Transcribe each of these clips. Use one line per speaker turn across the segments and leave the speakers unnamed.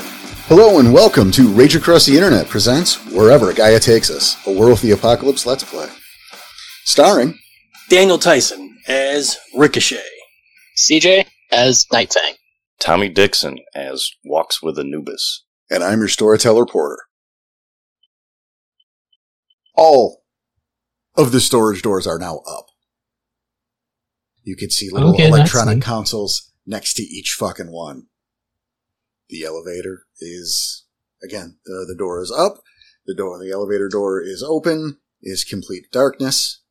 Hello and welcome to Rage Across the Internet presents Wherever Gaia Takes Us, a World of the Apocalypse Let's Play. Starring
Daniel Tyson as Ricochet.
CJ as Nightfang.
Tommy Dixon as Walks with Anubis.
and I'm your storyteller porter. All of the storage doors are now up. You can see little
Okay, that's
electronic
neat.
consoles next to each fucking one. The elevator is again the, the door is up. The door the elevator door is open, is complete darkness.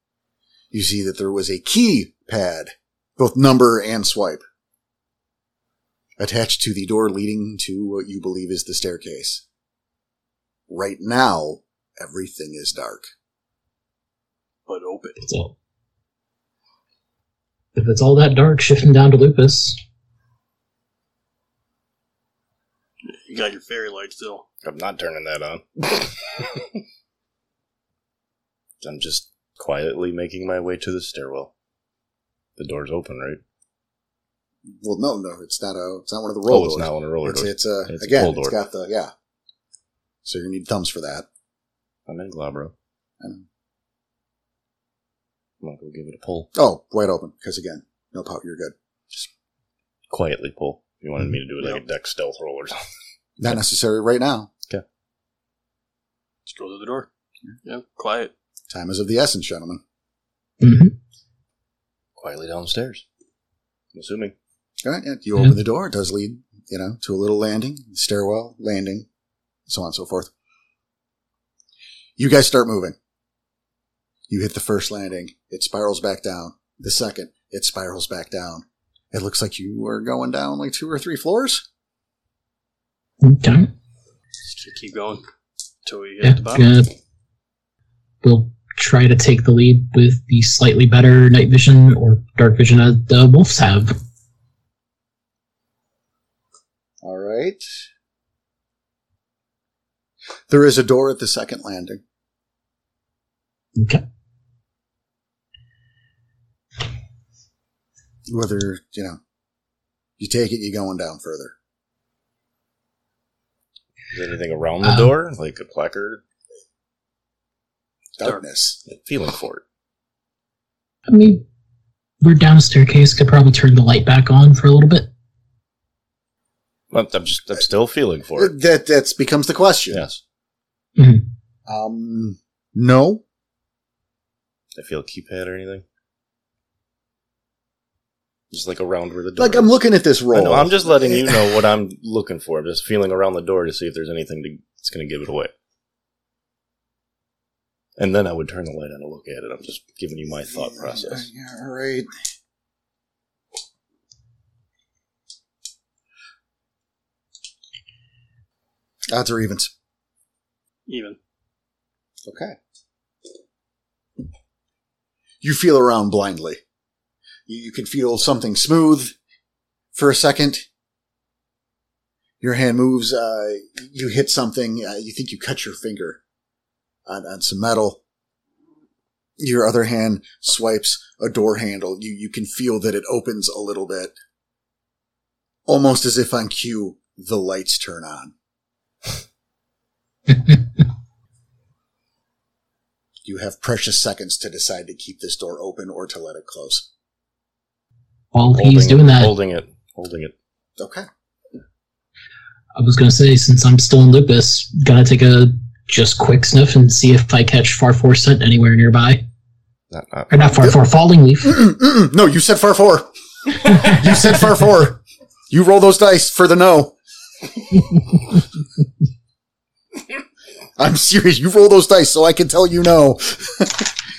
You see that there was a key pad, both number and swipe attached to the door leading to what you believe is the staircase. Right now, everything is dark.
But open.
It's all. If it's all that dark, shifting down to Lupus.
You got your fairy light still.
I'm not turning that on. I'm just quietly making my way to the stairwell. The door's open, right?
Well, no, no, it's not a, it's not one of the
Oh,
roll
it's
doors.
not on a roller
it's,
door.
it's a,
It's a
again,
pull
it's
door.
got the, yeah. So you need thumbs for that.
I'm in Glabro.
And-
I'm gonna go give it a pull.
oh, wide open, because again, no pop, you're good.
Quietly pull. If you wanted me to do it like a deck stealth roll or something.
Not necessary right now.
Just go through the door. Yeah, quiet.
Time is of the essence, gentlemen.
Mm-hmm.
Quietly downstairs. I'm assuming.
All right, yeah, you open
Yeah.
the door. It does lead, you know, to a little landing, stairwell, landing, so on and so forth. You guys start moving. You hit the first landing. It spirals back down. The second, it spirals back down. It looks like you are going down like two or three floors.
Okay.
Just keep going until we hit
Yeah.
the bottom.
good. We'll try to take the lead with the slightly better night vision or dark vision that the wolves have.
All right. There is a door at the second landing.
Okay.
Whether, you know, you take it, you're going down further.
Is there anything around the
Um,
door? Like a placard?
Darkness.
Feeling for it.
I mean, we're down a staircase. Could probably turn the light back on for a little bit.
But I'm just I'm still feeling for it.
That that's becomes the question.
Yes.
Mhm.
Um, no.
I feel keypad or anything. Just like around where the door
Like I'm
is.
looking at this roll.
I know, I'm just letting you know what I'm looking for. I'm just feeling around the door to see if there's anything to, that's going to give it away. And then I would turn the light on to look at it. I'm just giving you my thought process.
Yeah, all right. Odds or evens.
Even.
Okay. You feel around blindly. You, you can feel something smooth for a second. Your hand moves. Uh, you hit something. Uh, you think you cut your finger on, on some metal. Your other hand swipes a door handle. You, you can feel that it opens a little bit. Almost as if on cue, the lights turn on. You have precious seconds to decide to keep this door open or to let it close.
While Oh, he's
Holding-
doing that,
Holding it. Holding it.
Okay.
I was gonna say since I'm still in Lupus, gonna take a just quick sniff and see if I catch far four scent anywhere nearby.
Not, not.
Or not far four falling leaf.
Mm-mm, mm-mm. no, you said far four. you said far four. You roll those dice for the no. I'm serious. You roll those dice so I can tell you no.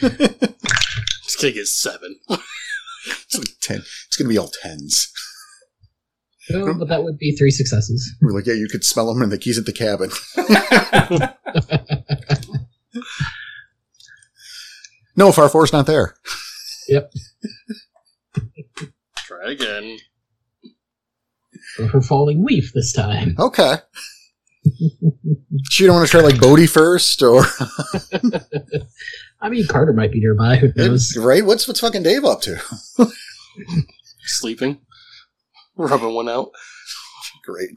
This kid gets seven.
It's like ten. It's gonna be all tens.
Oh, but that would be three successes.
We're like, yeah, you could smell them in the keys at the cabin. no, far four's not there.
Try again.
Or for falling leaf this time.
Okay. So you don't want to try like Bodie first or
I mean, Carter might be nearby. Who knows?
right? What's what's fucking Dave up to?
Sleeping. Rubbing one out.
Great.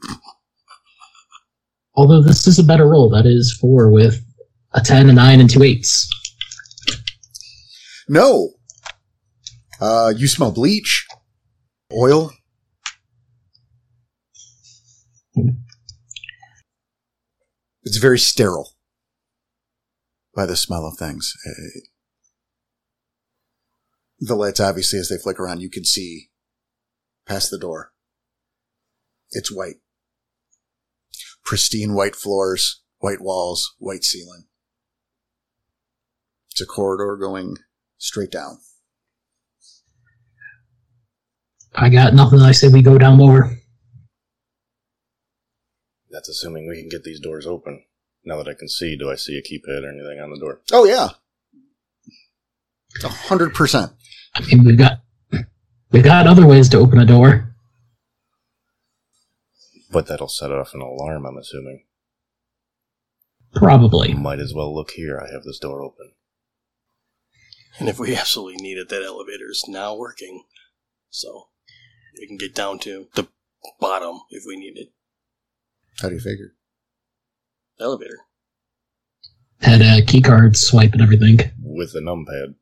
Although this is a better roll. That is four with a 10, a 9, and two eights.
No. Uh, you smell bleach, oil. It's very sterile by the smell of things. Uh, The lights, obviously, as they flicker on, you can see past the door. It's white. Pristine white floors, white walls, white ceiling. It's a corridor going straight down.
I got nothing. I say we go down lower.
That's assuming we can get these doors open. Now that I can see, do I see a keypad or anything on the door?
Oh yeah, a hundred percent.
I mean, we've got we've got other ways to open a door.
But that'll set off an alarm, I'm assuming.
Probably.
Might as well look here. I have this door open.
And if we absolutely need it, that elevator's now working. So we can get down to the bottom if we need it.
How do you figure?
Elevator.
Had a key card swipe and everything.
With a numpad.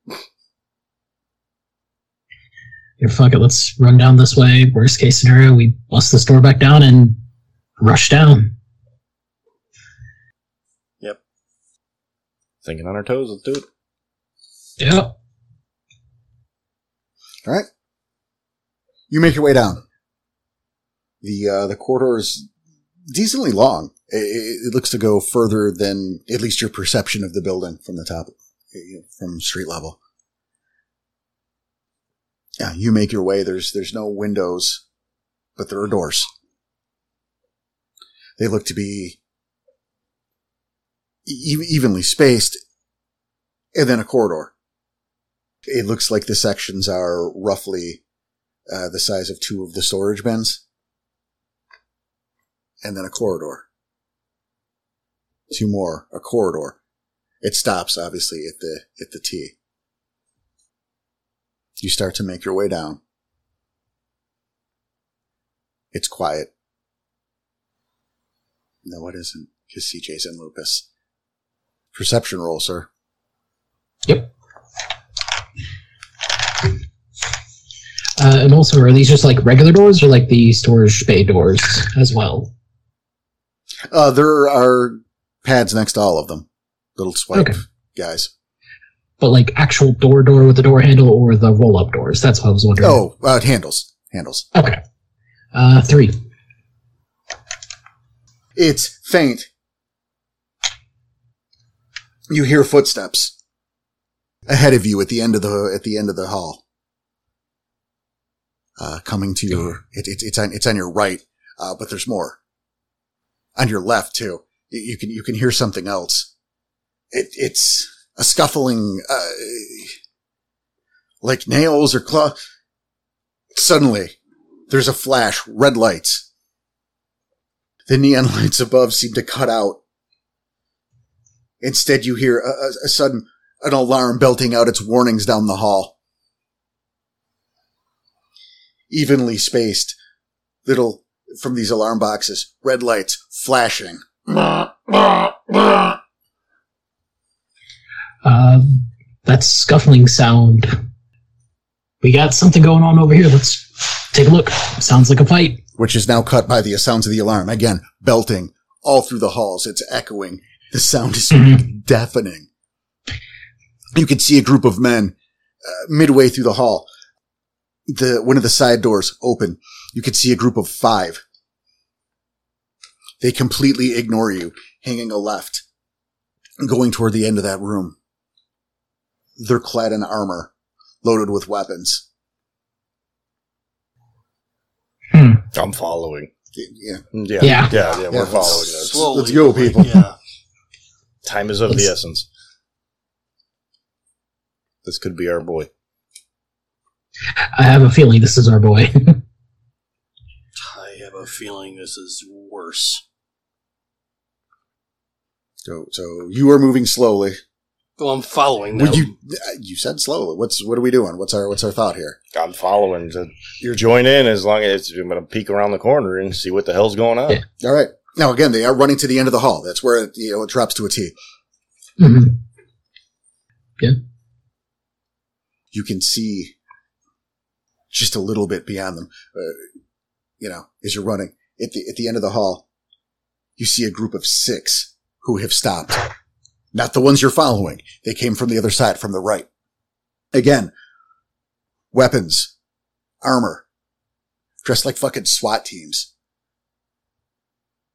Here, fuck it. Let's run down this way. Worst case scenario, we bust this door back down and rush down.
Thinking on our toes, let's do it.
Yep.
You make your way down. The uh, the corridor is decently long. It, it it looks to go further than at least your perception of the building from the top, eh, you know, from street level. Yeah, you make your way. There's there's no windows, but there are doors. They look to be e- evenly spaced, and then a corridor. It looks like the sections are roughly uh, the size of two of the storage bins, and then a corridor. Two more, a corridor. It stops obviously at the at the T. You start to make your way down. It's quiet. No, it isn't, because CJ's in Lupus. Perception roll, sir.
Yep. Uh, and also, are these just like regular doors or like the storage bay doors as well?
Uh, there are pads next to all of them. Little swipe
Okay.
guys.
But like actual door door with the door handle or the roll up doors? That's what I was wondering.
Oh, uh, handles. Handles.
Okay. Uh, three.
It's faint. You hear footsteps ahead of you at the end of the at the end of the hall. Uh, coming to your it, it, it's on it's on your right, uh, but there's more on your left too. You, you can you can hear something else. It, it's a scuffling, uh, like nails or claw. Suddenly, there's a flash, red lights. The neon lights above seem to cut out. Instead, you hear a, a- a sudden an alarm belting out its warnings down the hall. Evenly spaced, little from these alarm boxes, red lights flashing.
Uh, that scuffling sound. We got something going on over here. Let's take a look. Sounds like a fight.
which is now cut by the sounds of the alarm. Again, belting all through the halls. It's echoing. The sound is deafening. You can see a group of men uh, midway through the hall. The one of the side doors open. You can see a group of five. They completely ignore you, hanging a left, going toward the end of that room. They're clad in armor, loaded with weapons.
I'm following.
Yeah.
Yeah.
Yeah.
Yeah, yeah,
Yeah,
we're following
let's-
this.
Slowly,
let's go,
but like,
people.
Yeah.
Time is of the
Let's-
essence. This could be our boy.
I have a feeling this is our boy.
I have a feeling this is worse.
So, so you are moving slowly.
Well, I'm following them.
Would you uh, you said slowly. What's what are we doing? What's our what's our thought here?
I'm following. To, you join in as long as I'm going to peek around the corner and see what the hell's going on.
Yeah.
All right, Now, again, they are running to the end of the hall. That's where it, you know, it drops to a T.
Mm-hmm.
You can see just a little bit beyond them. Uh, you know, as you're running at the at the end of the hall, you see a group of six who have stopped. Not the ones you're following. They came from the other side, from the right. Again, weapons, armor, dressed like fucking SWAT teams.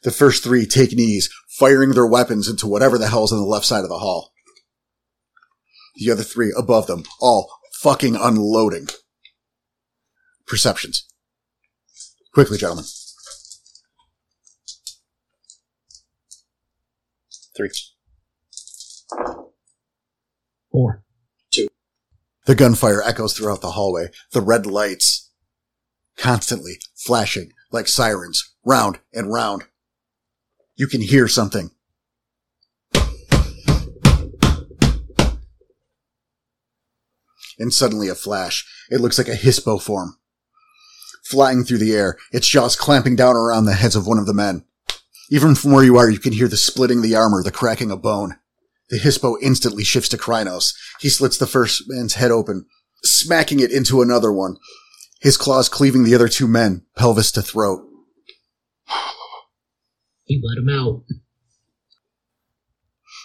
The first three take knees, firing their weapons into whatever the hell's on the left side of the hall. The other three above them, all fucking unloading. Perceptions. Quickly, gentlemen.
Three.
Four.
The gunfire echoes throughout the hallway, the red lights constantly flashing like sirens, round and round. You can hear something. And suddenly a flash. It looks like a hispo form. Flying through the air, its jaws clamping down around the heads of one of the men. Even from where you are, you can hear the splitting the armor, the cracking of bone. The Hispo instantly shifts to Krynos. He slits the first man's head open, smacking it into another one, his claws cleaving the other two men, pelvis to throat.
He let him out.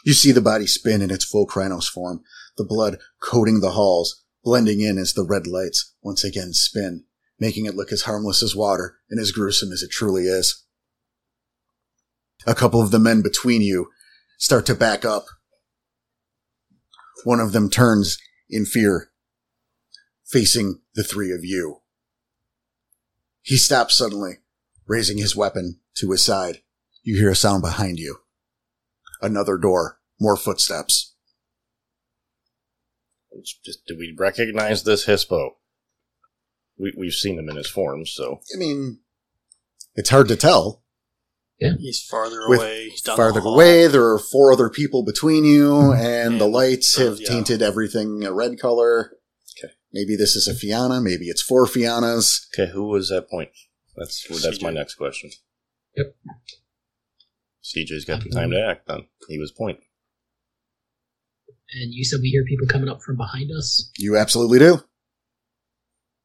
You see the body spin in its full Krynos form, the blood coating the halls, blending in as the red lights once again spin, making it look as harmless as water and as gruesome as it truly is. A couple of the men between you start to back up. One of them turns in fear, facing the three of you. He stops suddenly, raising his weapon to his side. You hear a sound behind you. Another door, more footsteps.
It's just, do we recognize this Hispo? We, we've seen him in his form, so
I mean, it's hard to tell.
He's farther
With
away. He's down the
Farther
hall.
away, there are four other people between you, and the
And,
lights have
yeah.
tainted everything a red color.
Okay.
Maybe this is a Fiana, maybe it's four Fianas.
okay. Who was that point? That's that's my
CJ.
next question.
Yep.
CJ's got the time to act. Then he was point.
And you said we hear people coming up from behind us?
You absolutely do.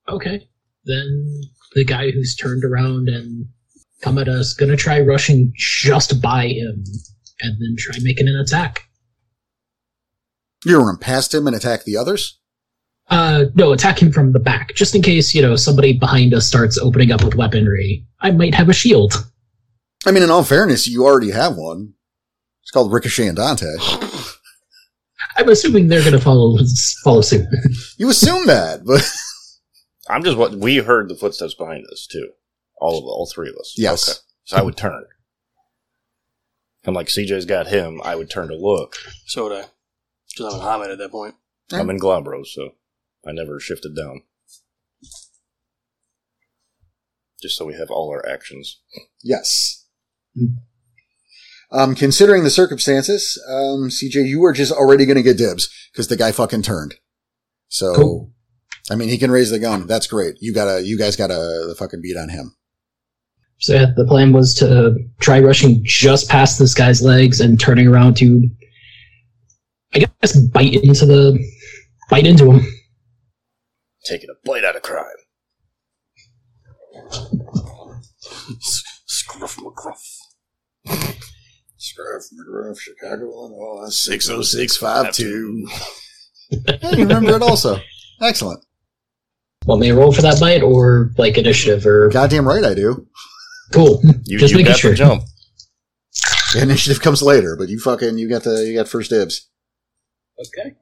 Okay. Then the guy who's turned around and come at us gonna try rushing just by him and then try making an attack.
You run past him and attack the others.
Uh, no, attack him from the back, just in case, you know, somebody behind us starts opening up with weaponry. I might have a shield.
I mean, in all fairness, you already have one. It's called Ricochet and Dante.
I'm assuming they're gonna follow follow suit.
You assume that, but
I'm just what we heard the footsteps behind us too. All of all three of us.
Yes.
So I would turn. I'm like CJ's got him. I would turn to look.
So would I. Because I'm in Hamid at that point.
I'm in Glabro, so I never shifted down. Just so we have all our actions.
yes. Um, considering the circumstances, um, CJ, you are just already going to get dibs because the guy fucking turned. So,
Cool.
I mean, he can raise the gun. That's great. You gotta, you guys gotta the fucking beat on him.
So yeah, the plan was to try rushing just past this guy's legs and turning around to, I guess, bite into the, bite into him.
Taking a bite out of crime.
Scruff McGruff.
Scruff, McGruff, Chicago, Illinois,
60652.
you remember it also. Excellent.
Want me to roll for that bite or like initiative or
Goddamn right I do.
cool?
You,
Just
you
making
got
sure.
the jump.
Initiative comes later, but you fucking, you got the, you got first dibs.
Okay.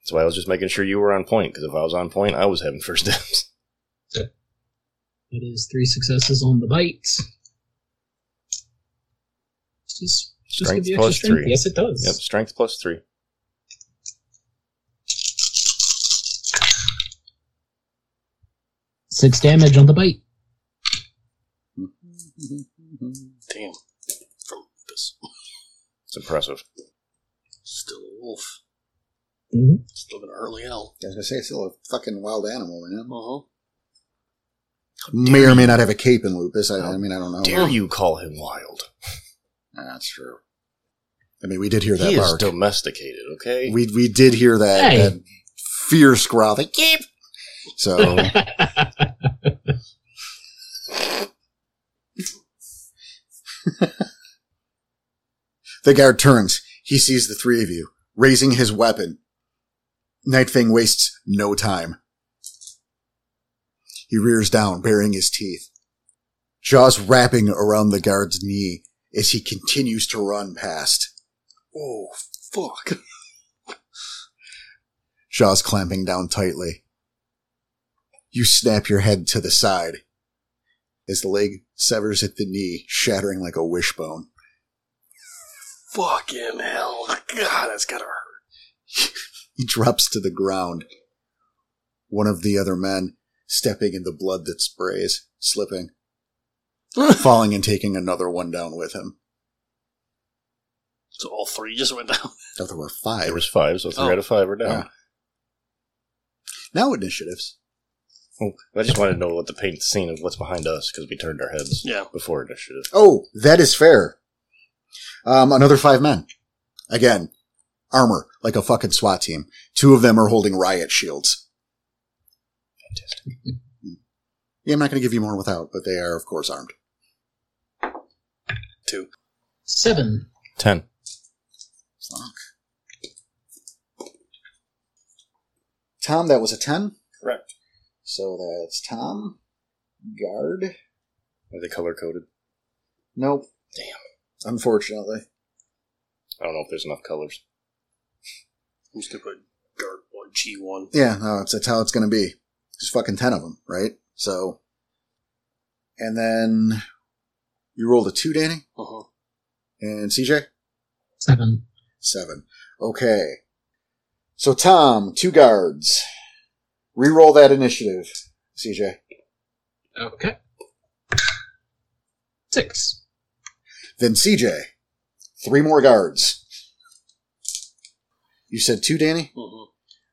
That's why I was just making sure you were on point, because if I was on point, I was having first dibs.
That is three successes on the bite. Just, just give
Strength
you extra
plus
strength.
three.
Yes, it does.
Yep, strength plus three.
Six damage on the bite.
Damn. From this.
It's impressive.
Still a wolf.
Mm-hmm.
Mhm.
Still gonna early hell.
I was gonna say, it's still a fucking wild animal, man.
Uh
Oh,
May or may not have a cape in lupus. I, I mean, I don't know.
Dare you call him wild?
Nah, That's true. I mean, we did hear that
he is
bark.
domesticated, okay?
we we did hear that,
Hey.
that fierce growl. Like, "Yeep."
Oh.
So the guard turns. He sees the three of you raising his weapon. Nightfang wastes no time. He rears down, baring his teeth, jaws wrapping around the guard's knee as he continues to run past.
Oh, fuck.
Jaws clamping down tightly. You snap your head to the side as the leg severs at the knee, shattering like a wishbone.
Fucking hell. God, that's gotta hurt.
He drops to the ground. One of the other men stepping in the blood that sprays, slipping, falling and taking another one down with him.
So all three just went down.
Now there were five.
there was five, so three
Oh.
out of five are down.
Yeah. Now initiatives.
Oh, I just wanted to know what the paint scene of what's behind us because we turned our heads
Yeah.
before initiative.
Oh, that is fair. Um, another five men. Again, armor, like a fucking SWAT team. Two of them are holding riot shields. Fantastic. Yeah, I'm not going to give you more without, but they are, of course, armed.
Two.
Seven.
Ten.
Fuck. Tom, that was a 10.
Correct.
So that's Tom. Guard.
Are they color coded?
Nope. Damn. Unfortunately.
I don't know if there's enough colors.
I'm just gonna put guard one, G1.
Yeah, no, it's, that's how it's going to be. There's fucking 10 of them, right? So. And then you rolled a 2, Danny?
Uh-huh.
And CJ?
Seven.
Seven. Okay. So Tom, two guards. Reroll that initiative, CJ.
Okay. Six.
Then CJ, three more guards. You said two, Danny?
Uh-huh.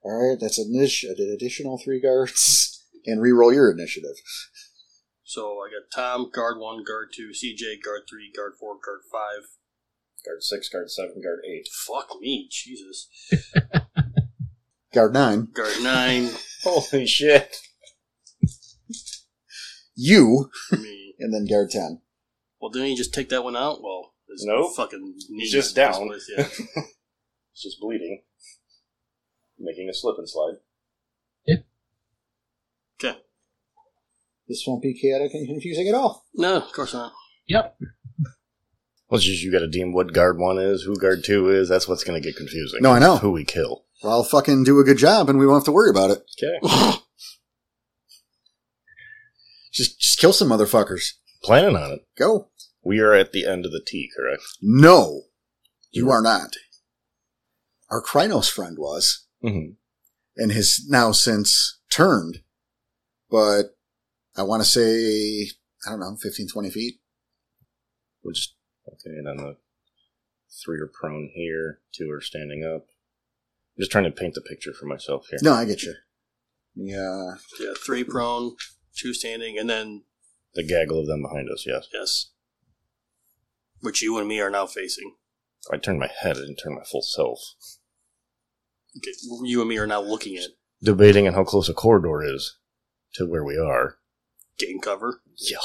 All right, that's an ish- an additional three guards. And reroll your initiative.
So I got Tom, guard one, guard two, CJ, guard three, guard four, guard five.
Guard six, guard seven, guard eight.
Fuck me, Jesus.
Guard nine,
Guard nine,
Holy shit!
you,
me.
and then guard ten.
Well, didn't he just take that one out? Well, his
Nope.
fucking knees
just
in this
down.
place, yeah.
It's just bleeding. Making a slip and slide.
This won't be chaotic and confusing at all.
no, of course not.
Yep.
Well, it's just you got to deem what guard one is, who guard two is. That's what's going to get confusing.
No, I know.
Who we kill.
Well, I'll fucking do a good job and we won't have to worry about it.
Okay.
Just, just kill some motherfuckers.
Planning on it.
Go.
We are at the end of the T, correct?
No, you are not. Our Krynos friend was.
Mm-hmm.
and has now since turned, but I want to say, I don't know, 15, 20 feet.
We'll just okay. And then the three are prone here. Two are standing up. I'm just trying to paint the picture for myself here.
No, I get you. Yeah.
Yeah, three prone, two standing, and then,
The gaggle of them behind us. Yes.
yes. Which you and me are now facing.
I turned my head. I didn't turn my full self.
Okay, you and me are now looking at
Debating on how close a corridor is to where we are.
game cover.
Yeah.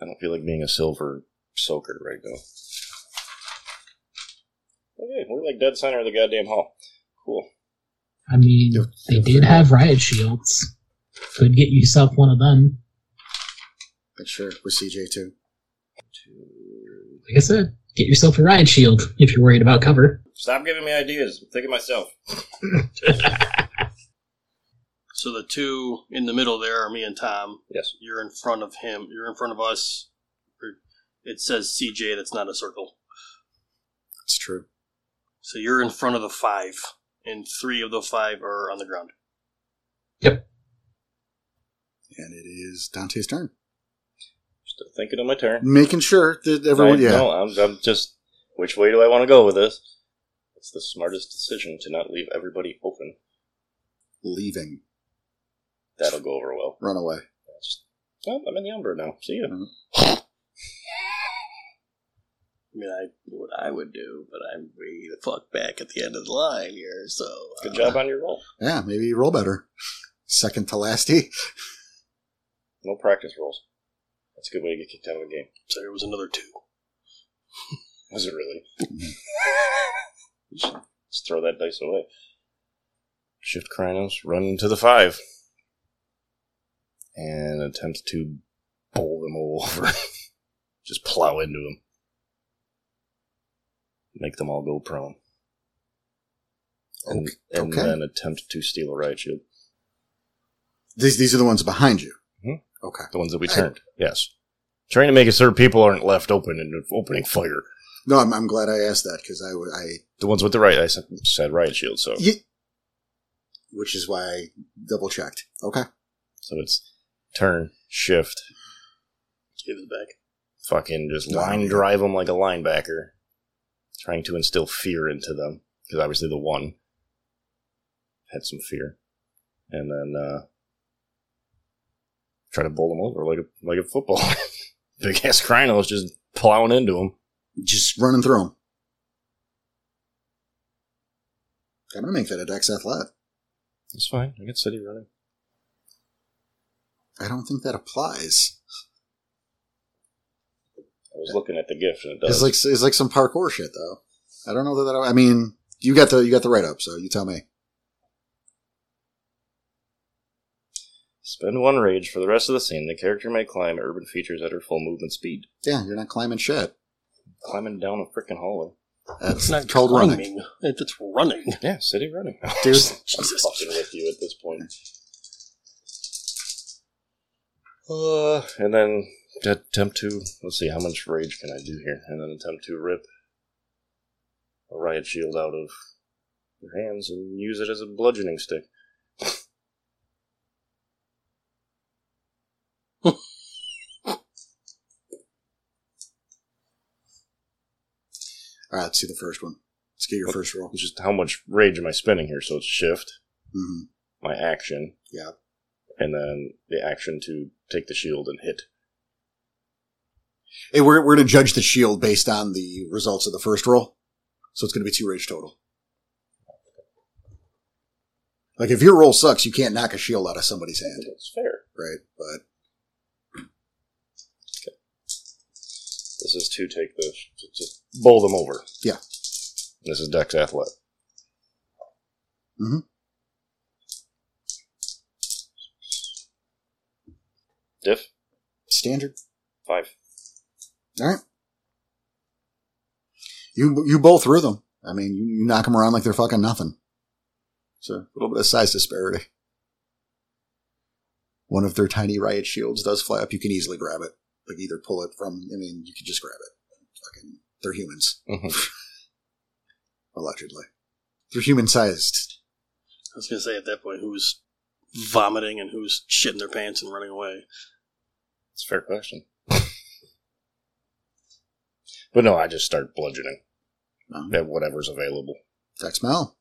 I don't feel like being a silver soaker right now. Okay, we're like dead center of the goddamn hall. Cool.
I mean,
Yeah.
they did have riot shields. Could get yourself one of them.
But sure, with CJ too.
Like I said, get yourself a riot shield if you're worried about cover.
Stop giving me ideas. I'm thinking myself.
So the two in the middle there are me and Tom.
Yes.
You're in front of him. You're in front of us. It says CJ, that's not a circle.
It's true.
So you're in front of the five, and three of the five are on the ground.
And it is Dante's turn.
Still thinking of my turn.
Making sure that everyone,
I-
yeah.
No, I'm, I'm just. Which way do I want to go with this? It's the smartest decision to not leave everybody open.
Leaving.
That'll go over well.
Run away.
Just, oh, I'm in the Umbra now. See ya.
mean, I what I would do, but I'm way the fuck back at the end of the line here. So uh,
Good job on your roll.
Yeah, maybe you roll better. Second to E. lasty.
No practice rolls. That's a good way to get kicked out of the game.
So there was another two.
Was it really? You should just throw that dice away. Shift Krynos, run to the five. And attempt to bowl them all over. just plow into them. Make them all go prone. And, and
okay.
then attempt to steal a riot shield.
These these are the ones behind you.
Mhm.
Okay.
The ones that we
Hey.
turned. Yes. Trying to make it so people aren't left open and opening fire.
No, I'm, I'm glad I asked that because I, w- I-
The ones with the right, I said- said riot shield, so.
Ye- which is why I double checked. Okay.
So it's turn, shift,
Give it back.
fucking just
Oh,
line
yeah.
drive them like a linebacker, trying to instill fear into them because obviously the one had some fear, and then uh, try to bowl them over like a like a football. Big ass Krynos just plowing into them.
Just running through them. I'm gonna make that a Dex Athlet.
It's fine. I got city running.
I don't think that applies.
I was looking at the gift and it
It's
does.
like it's like some parkour shit though. I don't know that. that I mean, you got the you got the write up, so you tell me.
Spend one rage for the rest of the scene. The character may climb urban features at her full movement speed.
Yeah, you're not climbing shit.
Climbing down a freaking hallway.
That's
It's not
called running.
climbing. It, it's running.
Yeah, city running.
Dude.
Jesus. I'm fucking with you at this point. Uh, and then attempt to let's see how much rage can I do here, and then attempt to rip a riot shield out of your hands and use it as a bludgeoning stick.
All right, let's see the first one. Let's get your
What-
first roll.
It's just how much rage am I spending here? So it's shift
hmm
my action,
Yeah.
and then the action to take the shield and hit.
Hey, we're we're gonna judge the shield based on the results of the first roll, so it's gonna be two rage total. Like if your roll sucks, you can't knock a shield out of somebody's hand,
That's fair.
right? But
This is to take the to, to bowl them over.
Yeah.
This is Dex Athlete.
Mhm.
Diff
standard.
five.
All right. You you bowl through them. I mean, you, you knock them around like they're fucking nothing. So a little bit of size disparity. One of their tiny riot shields does fly up. You can easily grab it. Like either pull it from. I mean, you can just grab it. Fucking, they're humans,
Mhm.
allegedly. They're human sized.
I was gonna say at that point, who's vomiting and who's shitting their pants and running away?
It's a fair question. but no, I just start bludgeoning
No.
at whatever's available.
Dex Mel.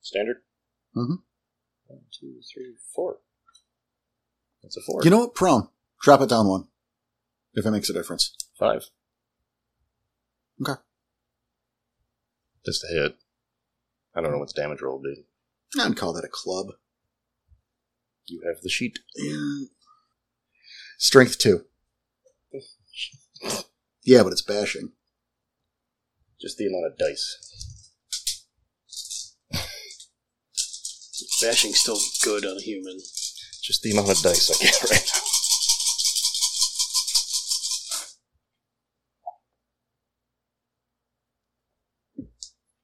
Standard.
Mhm.
One, two, three, four. That's a four.
You know what? Prone. Drop it down one. If it makes a difference.
Five.
Okay.
Just a hit. I don't know what the damage roll will be.
I'd call that a club.
You have the sheet.
Yeah. Strength two. Yeah, but it's bashing.
Just the amount of dice.
Bashing's still good on a human.
Just the amount of dice I get right now.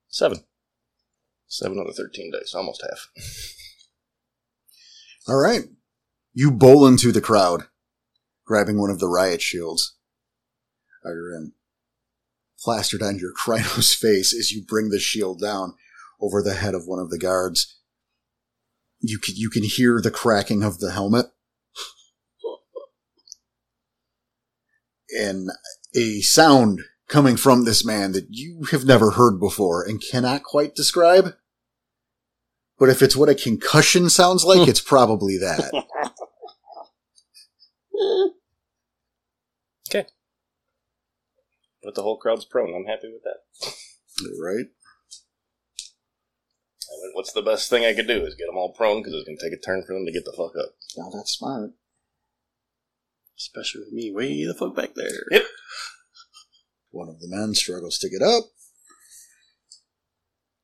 Seven. Seven out of thirteen dice, almost half.
All right. You bowl into the crowd, grabbing one of the riot shields. Iron. Plastered on your Krynos face as you bring the shield down over the head of one of the guards. You can, you can hear the cracking of the helmet. And a sound coming from this man that you have never heard before and cannot quite describe, but if it's what a concussion sounds like, it's probably that.
But the whole crowd's prone. I'm happy with that.
right?
I went, What's the best thing I could do is get them all prone because it's going to take a turn for them to get the fuck up.
Now that's smart.
Especially with me way the fuck back there.
Yep.
One of the men struggles to get up.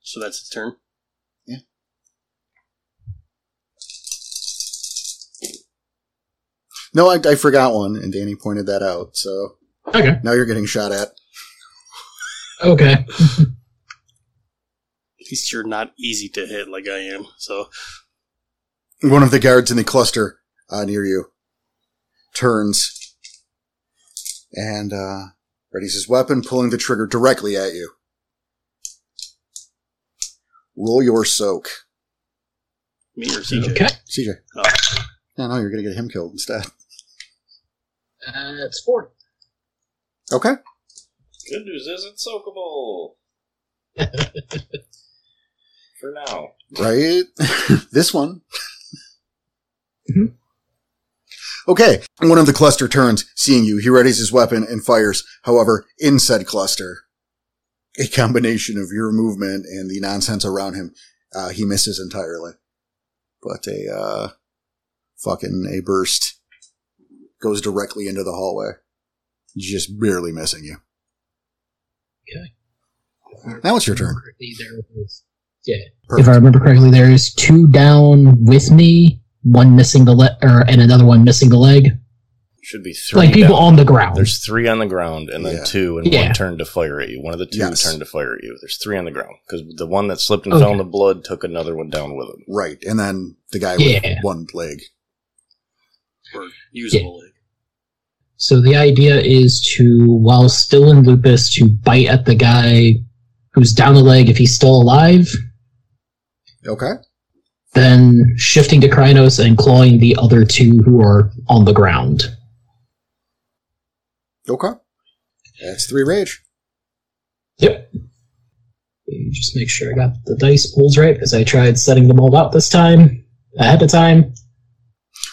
So that's its turn.
Yeah. No, I, I forgot one, and Danny pointed that out. So
Okay.
now you're getting shot at.
Okay.
At least you're not easy to hit like I am. So
One of the guards in the cluster uh, near you turns and uh, readies his weapon, pulling the trigger directly at you. Roll your soak,
me or CJ?
Okay.
CJ.
Oh.
No, no, you're gonna get him killed instead.
That's four.
Okay.
Good news is it's soakable. for now.
right? this one.
Mhm.
Okay, one of the cluster turns, seeing you. He readies his weapon and fires. However, in said cluster, a combination of your movement and the nonsense around him, uh, he misses entirely. But a uh, fucking a burst goes directly into the hallway, just barely missing you. Now it's your turn.
Correctly, there was- Yeah. If I
Perfect.
remember correctly, there is two down with me, one missing the leg, or and another one missing the leg.
Should be three.
Like people
down.
on the ground.
There's three on the ground, and then
Yeah.
two, and
Yeah.
one turned to fire at you. One of the two
Yes.
turned to fire at you. There's three on the ground because the one that slipped and
Okay.
fell in the blood took another one down with him.
Right, and then the guy
Yeah.
with one leg.
Or usable leg.
So the idea is to, while still in lupus, to bite at the guy who's down the leg if he's still alive,
Okay.
then shifting to Krynos and clawing the other two who are on the ground.
Okay. That's three rage.
Yep. Just make sure I got the dice pools right because I tried setting them all out this time ahead of time.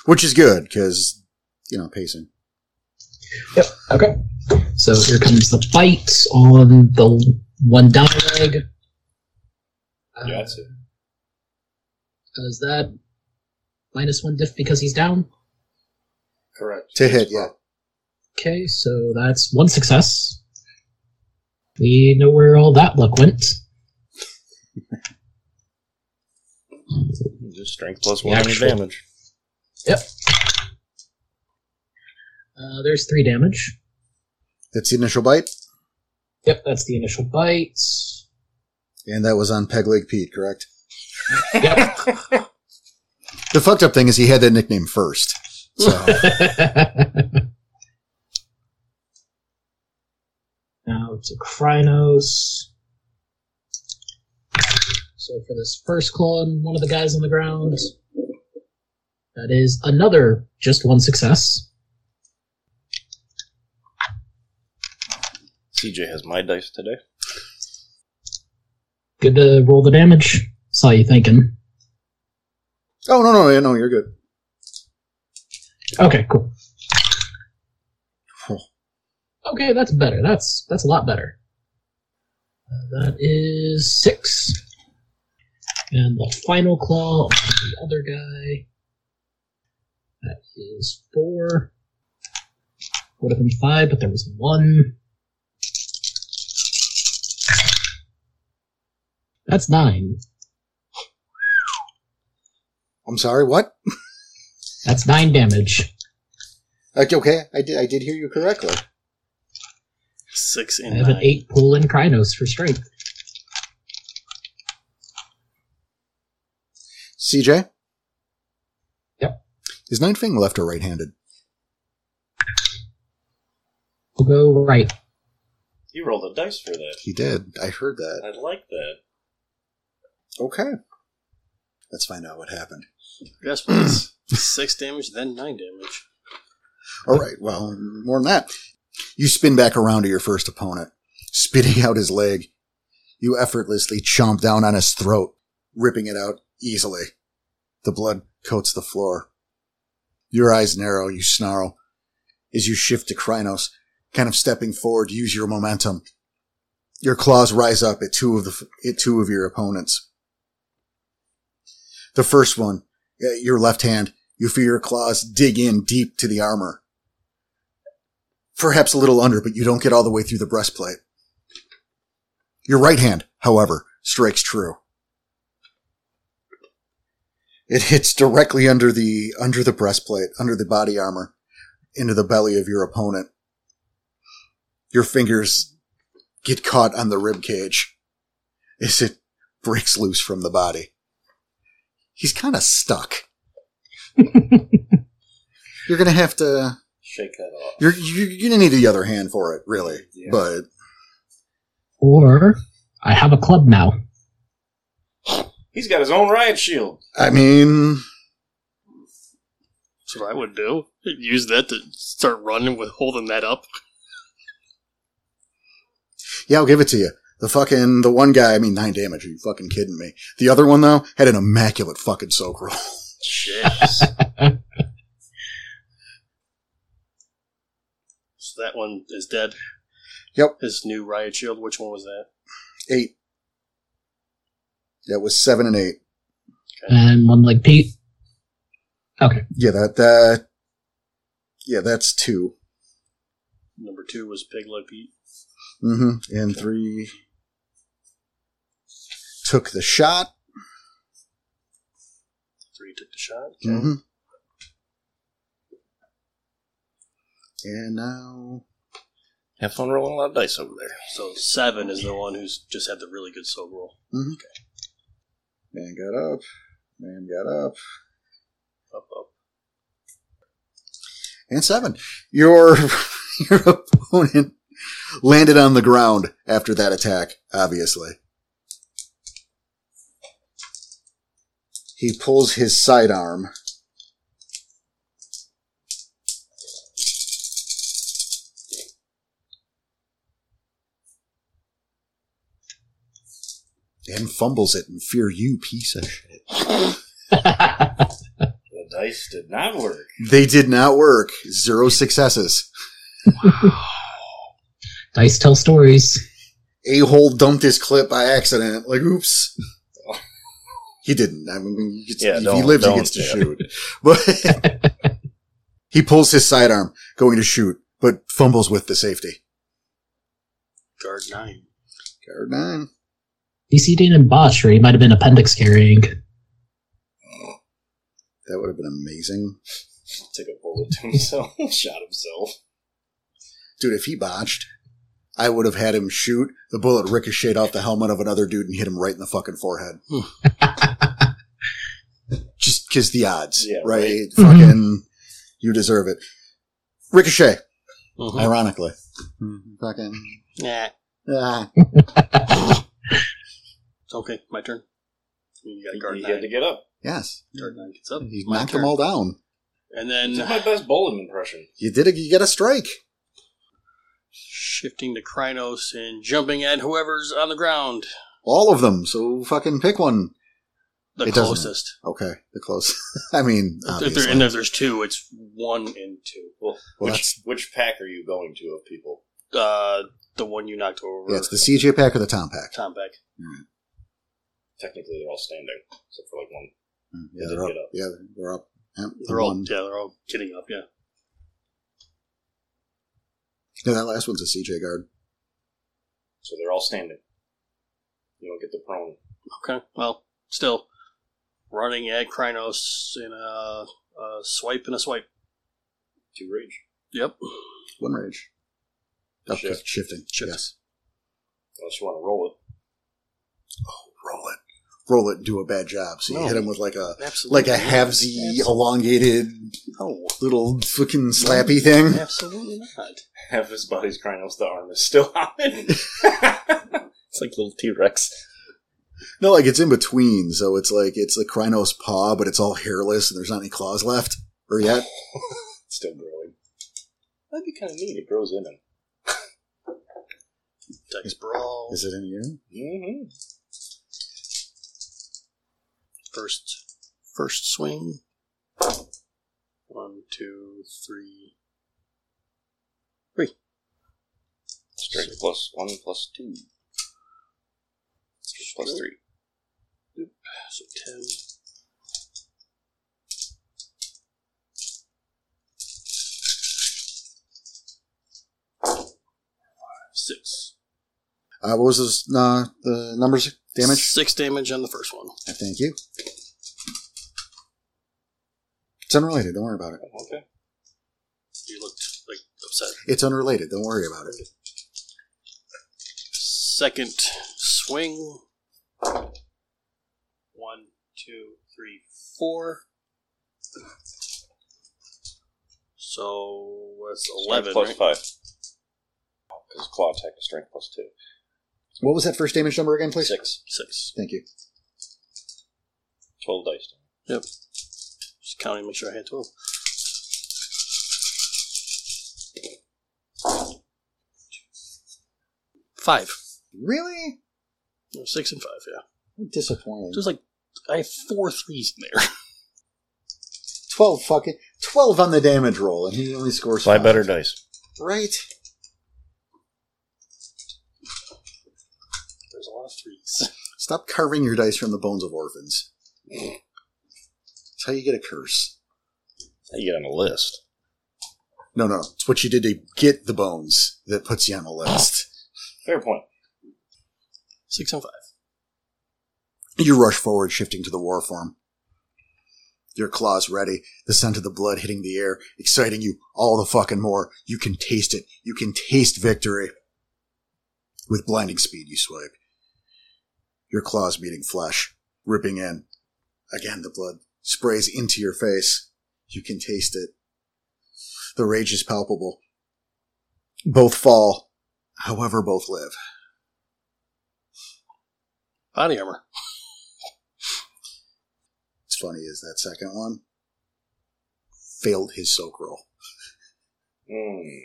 Which is good, because, you know, pacing.
Okay. So here comes the bite on the one down leg. Uh,
Yeah, that's it.
Is that minus one diff because he's down?
Correct.
To hit, yeah.
Okay, so that's one success. We know where all that luck went.
Just strength plus one
The
on your
actual-
damage.
Uh, there's three damage.
That's the initial bite,
Yep, that's the initial bite.
and that was on Peg Leg Pete, correct?
Yep.
The fucked up thing is he had that nickname first. So,
now to Krynos. So for this first claw on one of the guys on the ground, that is another just one success.
CJ has my dice today.
Good to roll the damage. Saw you thinking.
oh, no, no, yeah, no, you're good.
Okay, cool.
Cool.
Okay, that's better. That's that's a lot better. Uh, that is six, and the final claw on the other guy. That is four. Would have been five, but there was one. That's nine.
I'm sorry, what?
That's nine damage.
Okay, okay, I did, I did hear you correctly.
Six
I
and
have an
nine.
eight pool in Krynos for strength.
CJ?
Yep.
Is Nine Fang left or right handed?
We'll go right.
You rolled a dice for that.
He did. I heard that.
I like that.
Okay. Let's find out what happened.
Yes, please. Six damage, then nine damage.
All right. Well, more than that. You spin back around to your first opponent, spitting out his leg. You effortlessly chomp down on his throat, ripping it out easily. The blood coats the floor. Your eyes narrow, you snarl. As you shift to Krynos, kind of stepping forward, use your momentum. Your claws rise up at two of the f- at two of your opponents. The first one, uh, your left hand, you feel your claws dig in deep to the armor. Perhaps a little under, but you don't get all the way through the breastplate. Your right hand, however, strikes true. It hits directly under the under the breastplate, under the body armor, into the belly of your opponent. Your fingers get caught on the rib cage as it breaks loose from the body. He's kind of stuck. You're gonna have to.
Shake that off.
You're you- you're gonna need the other hand for it, really.
Yeah.
But
Or I have a club now.
He's got his own riot shield.
I mean,
That's what I would do. Use that to start running with holding that up.
yeah, I'll give it to you. The fucking the one guy, I mean, nine damage. Are you fucking kidding me? The other one though had an immaculate fucking soak roll.
Shit. so that one is dead.
Yep.
His new riot shield. Which one was that?
Eight. That was seven and eight.
and one leg Pete.
Yeah, that that. Yeah, that's two.
Number two was Piglet Pete.
Mm-hmm. And three took the shot.
Three took the shot.
Mm-hmm. And now,
Have fun rolling a lot of dice over there.
So seven is the one who's just had the really good soul roll.
man got up. Man got up.
Up, up.
and seven. Your your opponent landed on the ground after that attack. Obviously, he pulls his sidearm. And fumbles it in fear, you piece of shit.
The dice did not work.
They did not work. Zero successes.
Dice tell stories.
a hole dumped his clip by accident. Like, oops. He didn't. I mean, he gets-
Yeah,
if he
don't-
lives, he
don't,
gets to
yeah.
shoot. But he pulls his sidearm, going to shoot, but fumbles with the safety.
Guard nine.
Guard nine.
DC Dane and Bosch, or he might have been appendix carrying.
That would have been amazing,
Took a bullet to himself. Shot himself.
dude. If he botched, I would have had him shoot. The bullet ricocheted off the helmet of another dude and hit him right in the fucking forehead. Just because the odds,
Yeah,
right?
right.
Fucking, you deserve it. Ricochet, ironically.
Mm-hmm.
Fucking.
Yeah.
Ah,
It's okay. My turn. You got guard
He
nine.
had to get up.
yes.
guard nine gets up.
You
My
knocked
turn.
them all down.
And
This is
then
my best bowling impression.
You did it. You got a strike.
shifting to Krynos and jumping at whoever's on the ground.
All of them. So fucking pick one.
The
It doesn't matter.
closest.
Okay, the close. I mean,
If there,
obviously.
and if there's two, it's one and two.
Well,
Well,
which which pack are you going to of people?
Uh, the one you knocked over.
yeah, it's the CJ pack or the Tom pack.
Tom Beck.
Technically, they're all standing except for like one.
Yeah, they're up.
Get up.
Yeah, they're up. Yeah,
Mm, They're all
one.
yeah, they're all getting up. Yeah,
No, that last one's a CJ guard.
So they're all standing. You don't get the prone.
Okay. Well, still running at Krynos in a, a swipe and a swipe.
Two rage.
Yep.
One rage. Up
Shift.
shift. shifting.
Shift.
Yes.
Unless you want to roll it.
Roll it. Roll it. and Do a bad job. So you
No.
hit him with like a
Absolutely.
like a halvesy,
Absolutely.
elongated
No.
little fucking slappy thing.
Absolutely not.
Half his body's crying out, the arm is still on it. it's like little T Rex.
No, like it's in between, so it's like it's the Krynos paw, but it's all hairless and there's not any claws left or yet.
Still growing. That'd be kind of neat. It grows in him.
Dex brawl.
Is it in here?
Mm-hmm.
First, first swing. One, two, three.
Strength plus one plus two. Plus three.
So ten. Six.
Uh, what was this, uh, the numbers? Damage?
Six damage on the first one.
Uh, Thank you. It's unrelated. Don't worry about it.
Okay.
You looked like upset.
It's unrelated. Don't worry about it.
Second swing. One, two, three, four. So that's
Strength
eleven.
plus
right?
five. Because claw attack is strength plus two.
What was that first damage number again, please?
Six.
Six.
Thank you.
Twelve dice.
Just counting, make sure I had twelve. Five.
Really?
No, Six and five. Yeah.
Disappointing.
There's like I have four threes in there.
12 fucking. 12 on the damage roll, and he only scores
Buy
five.
better dice.
Right?
There's a lot of threes.
Stop carving your dice from the bones of orphans. That's how you get a curse.
You get on a list.
No, no. It's what you did to get the bones that puts you on the list.
Fair point.
Six and five.
You rush forward, shifting to the war form. Your claws ready, the scent of the blood hitting the air, exciting you all the fucking more. You can taste it. You can taste victory. With blinding speed, you swipe. Your claws meeting flesh, ripping in. Again, the blood sprays into your face. You can taste it. The rage is palpable. Both fall. However, both live.
Body armor.
What's funny is that second one failed his soak roll.
Mm.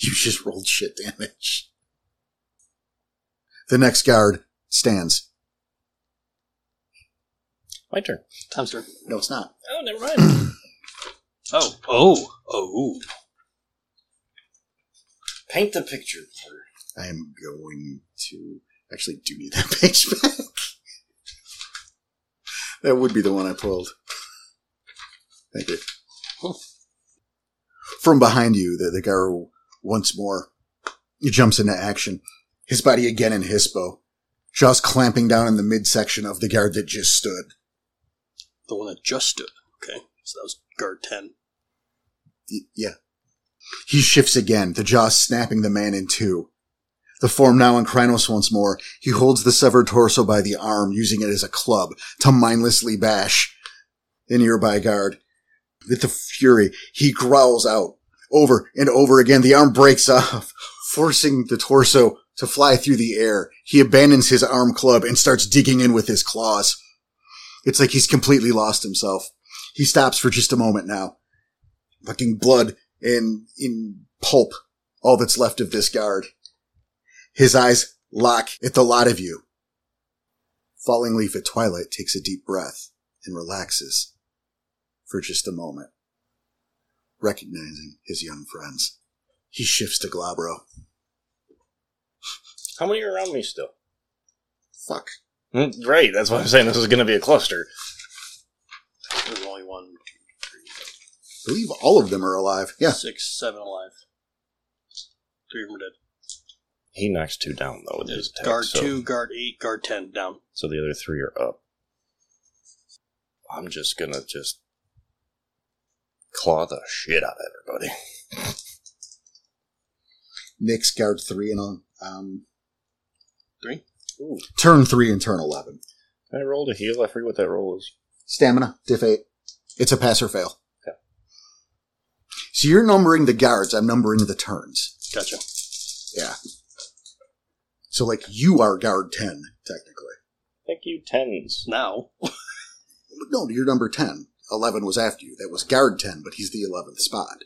You just rolled shit damage. The next guard stands.
My turn.
Time's turn.
No, it's not.
Oh, never mind. oh, oh, oh.
Paint the picture.
I am going to actually do need that page back. that would be the one I pulled. Thank you. From behind you, the, the guard once more jumps into action. His body again in hispo, jaws clamping down in the midsection of the guard that just stood.
The one that just stood. Okay, so that was guard 10.
Y- yeah. He shifts again, the jaws snapping the man in two. The form now in Krynos once more, he holds the severed torso by the arm, using it as a club to mindlessly bash the nearby guard. With the fury, he growls out. Over and over again, the arm breaks off, forcing the torso to fly through the air. He abandons his arm club and starts digging in with his claws. It's like he's completely lost himself. He stops for just a moment now fucking blood and in pulp, all that's left of this guard. His eyes lock at the lot of you. Falling Leaf at twilight takes a deep breath and relaxes for just a moment, recognizing his young friends. He shifts to Glabro.
How many are around me still?
Fuck.
Mm, Right, that's what I'm saying. This is going to be a cluster.
There's only one, two,
I
three,
believe all of them are alive. Yeah.
six, seven alive. Three of them are dead.
He knocks two down though with his
There's
attack.
guard
so,
2, guard 8, guard 10 down.
so the other three are up. I'm just gonna just claw the shit out of everybody.
Nick's guard three and um
Three?
Ooh.
turn three and turn eleven.
Can I roll to heal? I forget what that roll is.
Stamina, diff 8. It's a pass or fail. So you're numbering the guards, I'm numbering the turns.
Gotcha.
So, like, you are guard 10, technically.
Thank you, tens.
Now,
No, you're number 10. 11 was after you. That was guard 10, but he's the 11th spot.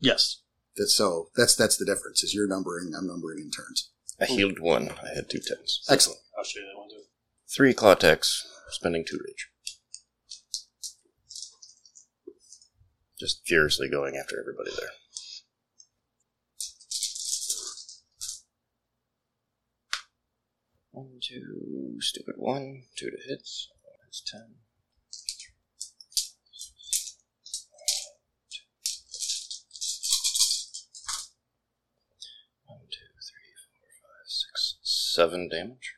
yes.
That's so, that's, that's the difference, is you're numbering, I'm numbering in turns.
I healed one. I had two tens.
Excellent.
I'll show you that one too.
Three claw attacks. spending two rage. Just furiously going after everybody there. One, two, stupid one, two to hit. That's ten. One, two, three, four, five, six, seven damage.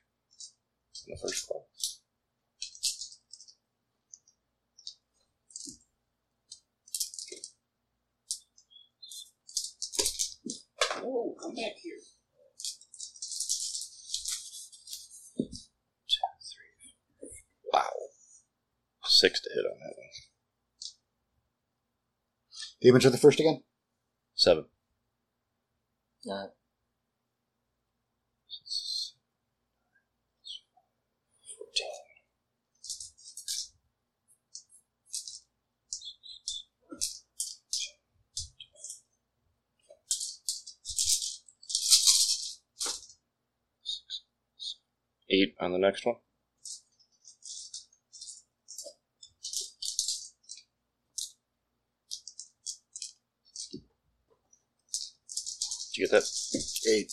On the first claw.
Oh, come back here.
Wow. Six to hit on that one.
Damage of the first again?
Seven.
Alright.
Eight on the next one. Did you get that?
Eight.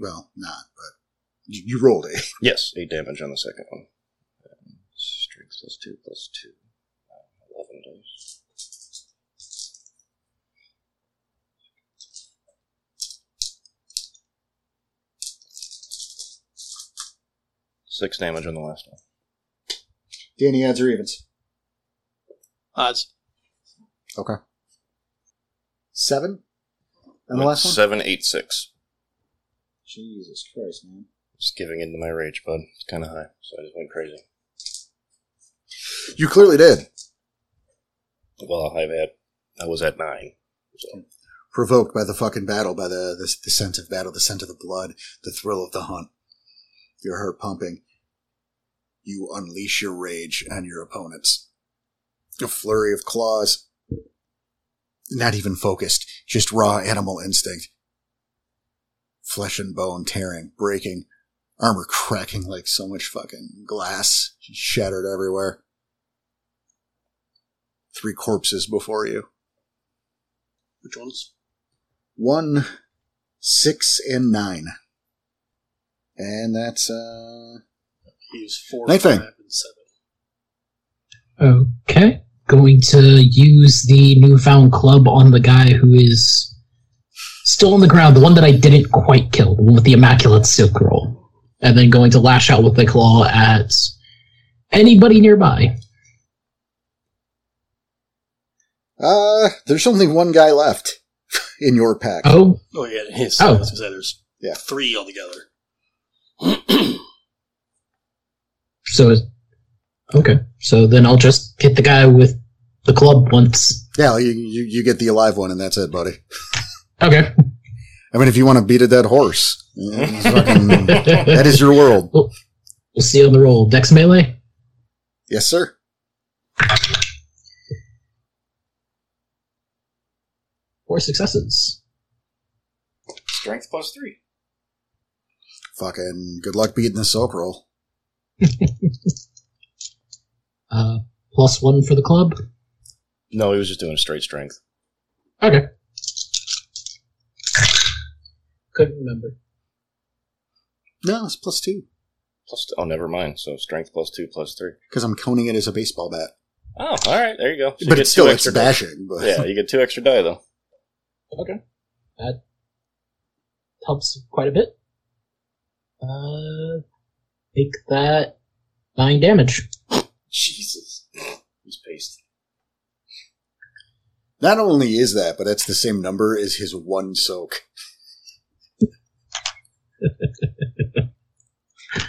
Well, not, but you, you rolled eight.
Yes, 8 damage on the second one. Um, Strength plus 2 plus 2. Um, 11 dice. Six damage on the last one.
Danny adds or evens?
Odds.
Okay. Seven? And the
Went
last one?
Seven, eight, six.
Jesus Christ, man.
Just giving into my rage, bud. It's kind of high, so I just went crazy.
You clearly did.
Well, I've had, I was at nine. So
Provoked by the fucking battle, by the, the, the scent of battle, the scent of the blood, the thrill of the hunt. Your heart pumping. You unleash your rage on your opponents. A flurry of claws. Not even focused, just raw animal instinct. Flesh and bone tearing, breaking, armor cracking like so much fucking glass, shattered everywhere. Three corpses before you.
Which ones?
one, six, and nine. And that's uh
He was four,
Night Fang.
five, and seven.
Okay. Going to use the newfound club on the guy who is still on the ground, the one that I didn't quite kill, the one with the immaculate silk roll. And then going to lash out with the claw at anybody nearby.
uh there's only one guy left in your pack.
Oh,
Oh, yeah, his.
Oh.
Oh. there's
Yeah.
three altogether.
so. Okay. So then I'll just hit the guy with the club once.
Yeah, you, you you get the alive one and that's it, buddy.
Okay.
I mean if you want to beat a dead horse. it's fucking-
we'll
that is your world.
see on the roll. Dex melee?
Yes, sir.
Four successes.
strength plus three.
Fucking good luck beating the soak roll.
Uh, plus one for the club.
No, he was just doing a straight strength.
Okay. Couldn't remember.
No, it's plus two.
Plus, oh, never mind. So strength plus two plus three.
Because I'm coning it as a baseball bat.
Oh, all right, there you go. So you
but
get
it's still
two
it's
extra die.
bashing, but
Yeah, you get two extra die though.
Okay. That helps quite a bit. Uh, make that nine damage.
Jesus, he's paced.
not only is that, but that's the same number as his one soak.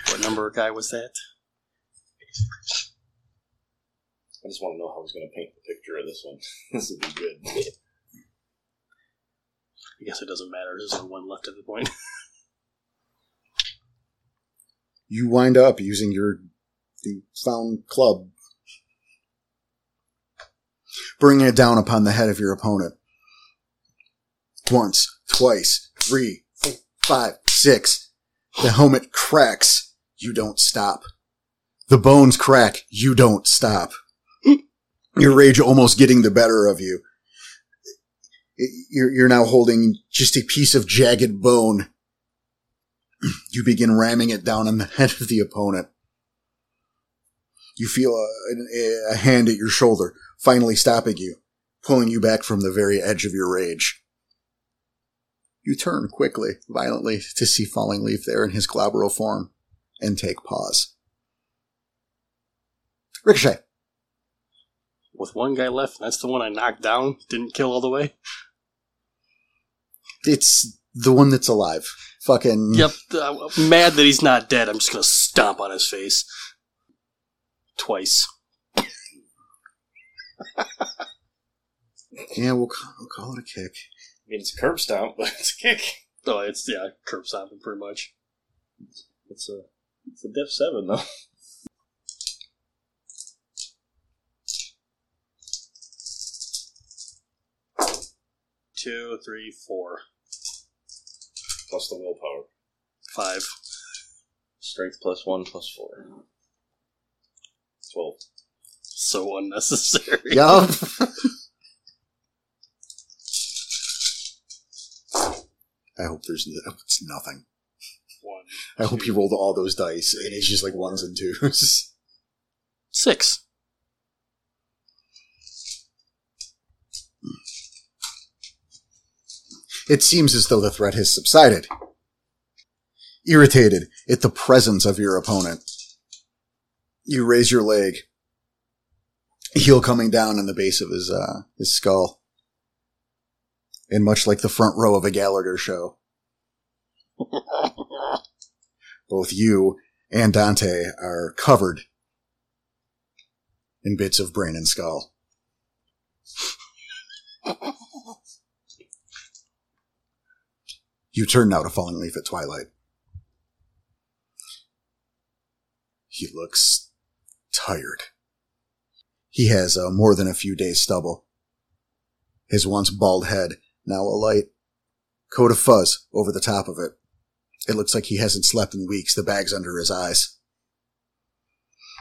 What number guy was that?
I just want to know how he's going to paint the picture of this one. this would be good.
I guess it doesn't matter. There's only one left at the point.
you wind up using your the found club, bringing it down upon the head of your opponent. Once, twice, three, four, five, six. The helmet cracks. You don't stop. The bones crack. You don't stop. Your rage almost getting the better of you. You're, you're now holding just a piece of jagged bone. You begin ramming it down on the head of the opponent. You feel a, a hand at your shoulder, finally stopping you, pulling you back from the very edge of your rage. You turn quickly, violently, to see Falling Leaf there in his glabro form and take pause. Ricochet.
With one guy left, that's the one I knocked down, didn't kill all the way.
It's the one that's alive. Fucking.
Yep, I'm mad that he's not dead. I'm just gonna stomp on his face. Twice.
Yeah, we'll call, we'll call it a kick.
I mean, it's a curb stomp, but it's a kick.
Oh, it's, yeah, curb stomping pretty much.
It's a it's a def seven though.
Two, three, four,
Plus the willpower.
five.
Strength plus one plus four. Twelve.
So unnecessary.
Yup. I hope there's no, it's nothing.
One,
I hope you rolled all those dice and it's just like ones and twos.
six.
It seems as though the threat has subsided. Irritated at the presence of your opponent, you raise your leg, heel coming down on the base of his uh, his skull, and much like the front row of a Gallagher show, both you and Dante are covered in bits of brain and skull. You turn now to Falling Leaf at twilight. He looks tired. He has uh, more than a few days' stubble. His once bald head, now a light coat of fuzz over the top of it. It looks like he hasn't slept in weeks, the bags under his eyes.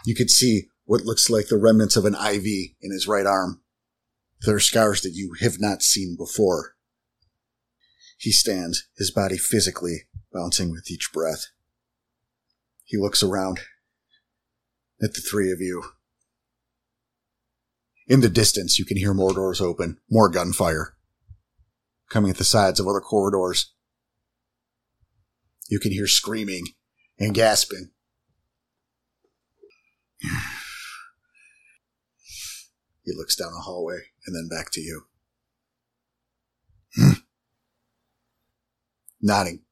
You could see what looks like the remnants of an IV in his right arm. There are scars that you have not seen before. He stands, his body physically bouncing with each breath. He looks around at the three of you. In the distance, you can hear more doors open, more gunfire coming at the sides of other corridors. You can hear screaming and gasping. He looks down the hallway and then back to you. nodding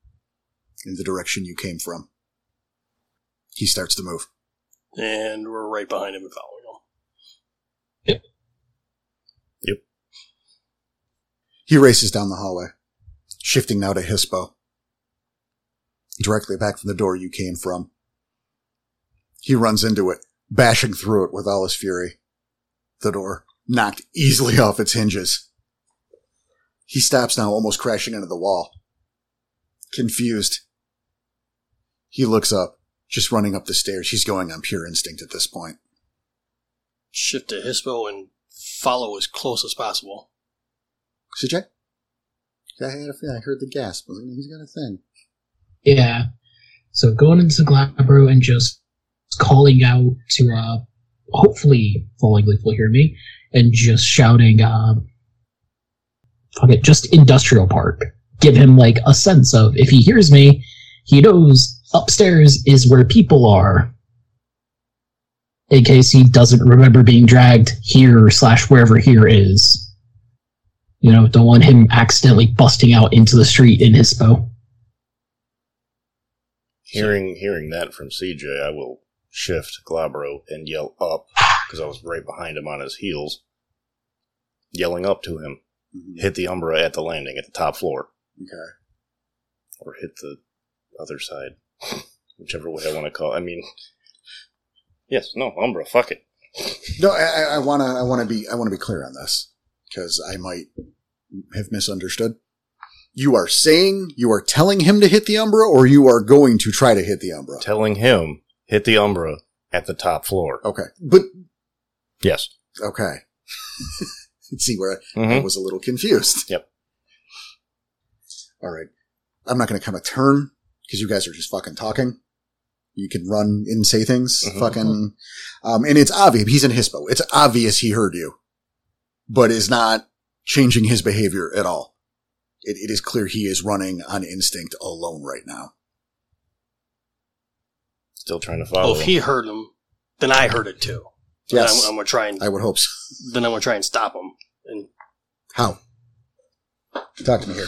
in the direction you came from. He starts to move.
And we're right behind him and following him.
He races down the hallway, shifting now to Hispo. Directly back from the door you came from. He runs into it, bashing through it with all his fury. The door knocked easily off its hinges. He stops now, almost crashing into the wall. Confused. He looks up, just running up the stairs. He's going on pure instinct at this point.
Shift to Hispo and follow as close as possible.
CJ? I, had a, I heard the gasp. He's got a thing.
Yeah. So going into Glabro and just calling out to uh hopefully Falling Leaf will hear me and just shouting uh fuck it, just industrial park. Give him like a sense of if he hears me, he knows upstairs is where people are. In case he doesn't remember being dragged here slash wherever here is. You know, don't want him accidentally busting out into the street in his bow.
Hearing hearing that from CJ, I will shift Glabro and yell up because I was right behind him on his heels, yelling up to him. Hit the Umbra at the landing at the top floor,
Okay.
or hit the other side, whichever way I want to call. I mean, yes, no Umbra, fuck it.
No, I, I- I wanna, I wanna be, I wanna be clear on this because I might have misunderstood. You are saying you are telling him to hit the Umbra, or you are going to try to hit the Umbra.
Telling him hit the Umbra at the top floor.
Okay. But,
Yes.
okay. See where I
Mm-hmm.
was a little confused.
Yep.
All right. I'm not going to come a turn because you guys are just fucking talking. You can run and say things.
Mhm.
Fucking. Um, and it's obvious. He's in Hispo. It's obvious he heard you, but is not changing his behavior at all. It, it is clear he is running on instinct alone right now.
Still trying to
Oh,
follow.
if
him.
he heard him, then I heard it too.
Yes.
Then I'm, I'm gonna try and
I would hope so.
then I'm gonna try and stop him, and
How? Talk to me here.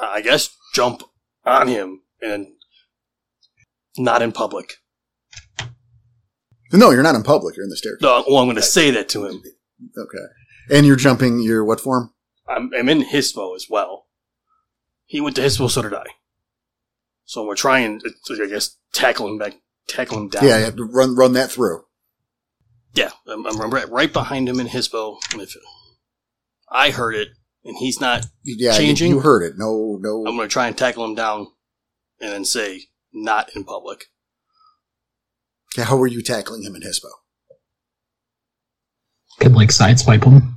I guess jump on him and not in public.
No, you're not in public. You're in the staircase.
No, well, I'm gonna say that to him.
Okay. And you're jumping your what form?
I'm, I'm in Hispo as well. He went to Hispo, so did I. So we're trying, I guess, tackle him back, tackle him down.
Yeah, you have to run, run that through.
Yeah, I'm, I'm right, right behind him in Hispo. And if I heard it, and he's not,
Yeah, you-
Changing?
You, heard it. No, no.
I'm going to try and tackle him down and then say, not in public.
Yeah, how were you tackling him in Hispo?
Could like sideswipe him.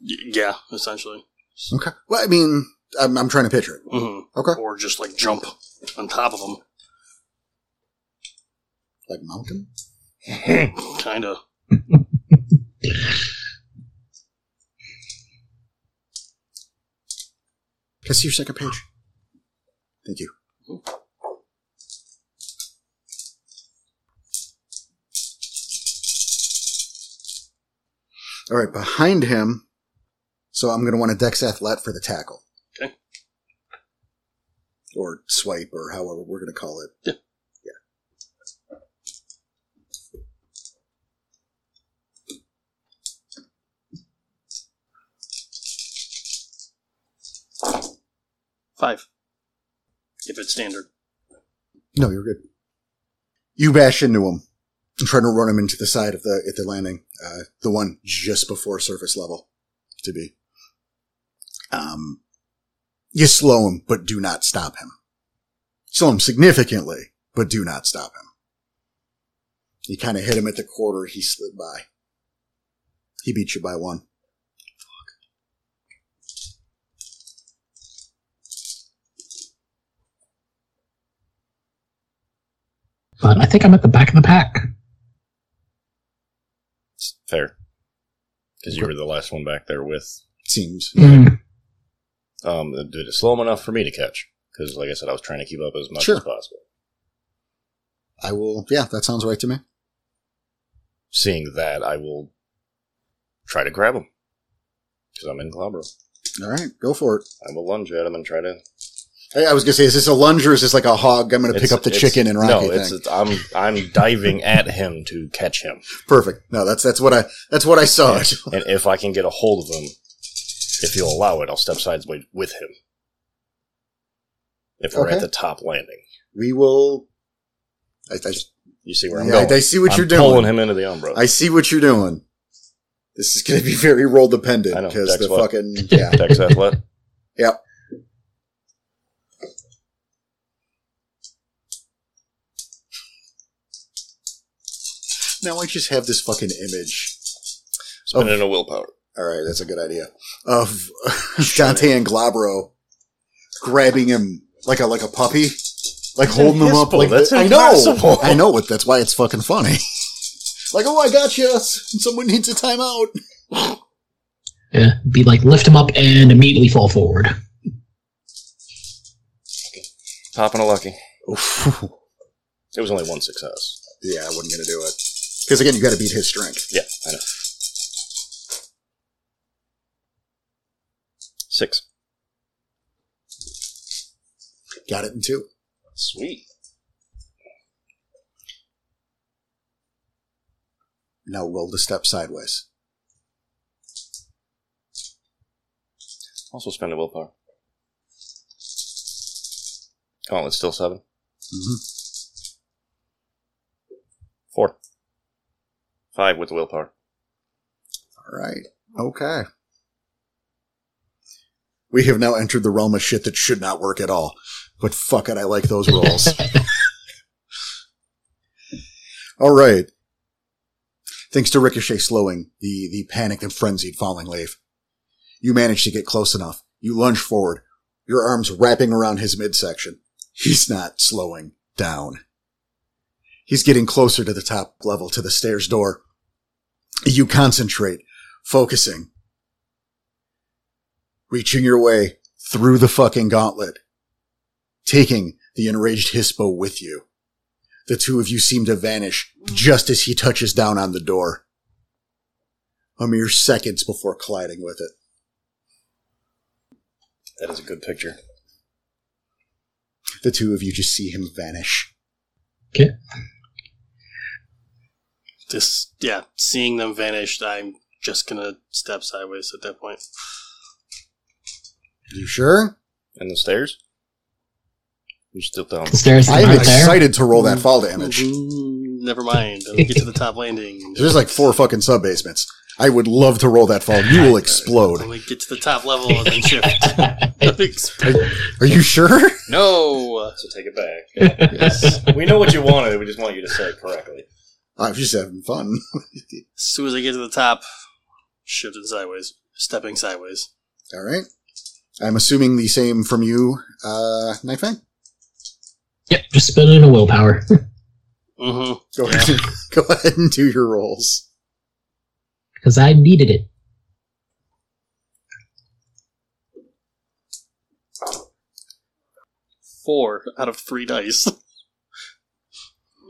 Y- yeah, essentially.
Okay. Well, I mean, I'm, I'm trying to picture it.
hmm
Okay.
Or just like jump on top of him.
Like mountain?
Kind of.
Can I see your second page? Thank you. All right, behind him. So I'm going to want a dex athlete for the tackle.
Okay.
Or swipe, or however we're going to call it.
Yeah.
Yeah.
Five. If it's standard.
No, you're good. You bash into him. I'm trying to run him into the side of the at the landing, uh, the one just before surface level, to be. Um, you slow him, but do not stop him. Slow him significantly, but do not stop him. You kind of hit him at the quarter. He slid by. He beat you by one.
But I think I'm at the back of the pack.
It's fair. Because you were the last one back there with.
Seems.
Mm.
Um, did it slow him enough for me to catch? Because, like I said, I was trying to keep up as much
Sure.
as possible.
I will. Yeah, that sounds right to me.
Seeing that, I will try to grab him. Because I'm in Globro.
All right, go for it.
I will lunge at him and try to
Hey, I was gonna say, is this a lunge or is this like a hog? I'm gonna pick
It's-
up the
it's-
chicken and Rocky
no,
thing.
it's, it's I'm I'm diving at him to catch him,
Perfect. No, that's that's what I that's what I saw.
and if I can get a hold of him, if he'll allow it, I'll step sideways with him. If we're
Okay.
at the top landing,
We will. I, I,
you see where I'm
yeah,
going.
I- I see what
I'm
you're
Pulling
doing.
him into the umbra.
I see what you're doing. This is gonna be very role dependent
I know,
because
Dex
the
what?
fucking yeah.
Dex athlete.
Yep. Now I just have this fucking image.
Spend it in a willpower.
All right, that's a good idea. Of Dante and Glabro grabbing him like a like a puppy, like holding him up.
impossible.
Like
That's
I know,
impossible.
I know it. That's why it's fucking funny. like, oh, I got you. Someone needs a timeout.
Yeah, be like lift him up and immediately fall forward.
Popping a lucky.
Oof.
It was only one success.
Yeah, I wasn't gonna do it because again, you got to beat his strength.
Yeah, I know. Six.
Got it in two.
Sweet.
Now roll the step sideways.
Also spend a willpower. Oh, it's still seven.
hmm
Four. Five with the willpower.
All right. Okay. We have now entered the realm of shit that should not work at all. But fuck it, I like those rolls. all right. Thanks to Ricochet slowing the, the panicked and frenzied falling Lave. You manage to get close enough. You lunge forward, your arms wrapping around his midsection. He's not slowing down. He's getting closer to the top level, to the stairs door. You concentrate, focusing, reaching your way through the fucking gauntlet, taking the enraged Hispo with you. The two of you seem to vanish just as he touches down on the door. A mere seconds before colliding with it.
That is a good picture.
The two of you just see him vanish.
This, yeah, seeing them vanish, I'm just gonna step sideways at that point.
You sure?
And the stairs? You're still down.
The stairs
I
is
am
right there.
excited to roll that fall damage.
Mm, Never mind. I'll get to the top landing.
There's like four fucking sub basements. I would love to roll that fall. You will
Let
explode.
me get to the top level and then shift.
Are you sure?
no.
So take it back. we know what you wanted. We just want you to say it correctly.
I'm just having fun.
As soon as I get to the top, shifting sideways, stepping sideways.
All right. I'm assuming the same from you, uh, Nightfang.
Yep, just spinning a willpower.
Mm-hmm.
Go ahead, go ahead and do your rolls.
Because I needed it.
Four out of three dice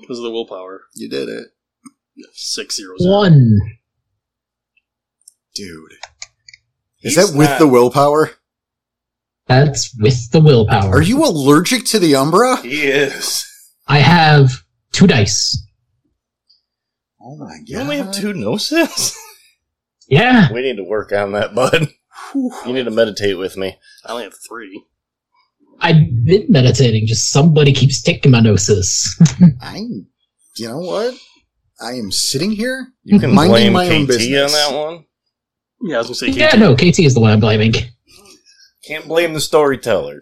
because of the willpower.
You did it,
Six zero zero.
One.
dude. Is
He's
that with
not-
the willpower?
That's with the willpower.
Are you allergic to the Umbra?
He is.
I have two dice.
Oh my god!
You only have two no sales?
Yeah.
we need to work on that, bud. You need to meditate with me.
I only have three.
I've been meditating, just somebody keeps taking my gnosis.
I'm. You know what? I am sitting here.
You can
Minding
blame
my own
KT on
business.
that one.
Yeah, I was gonna say.
yeah,
KT.
no, KT is the one I'm blaming.
Can't blame the storyteller.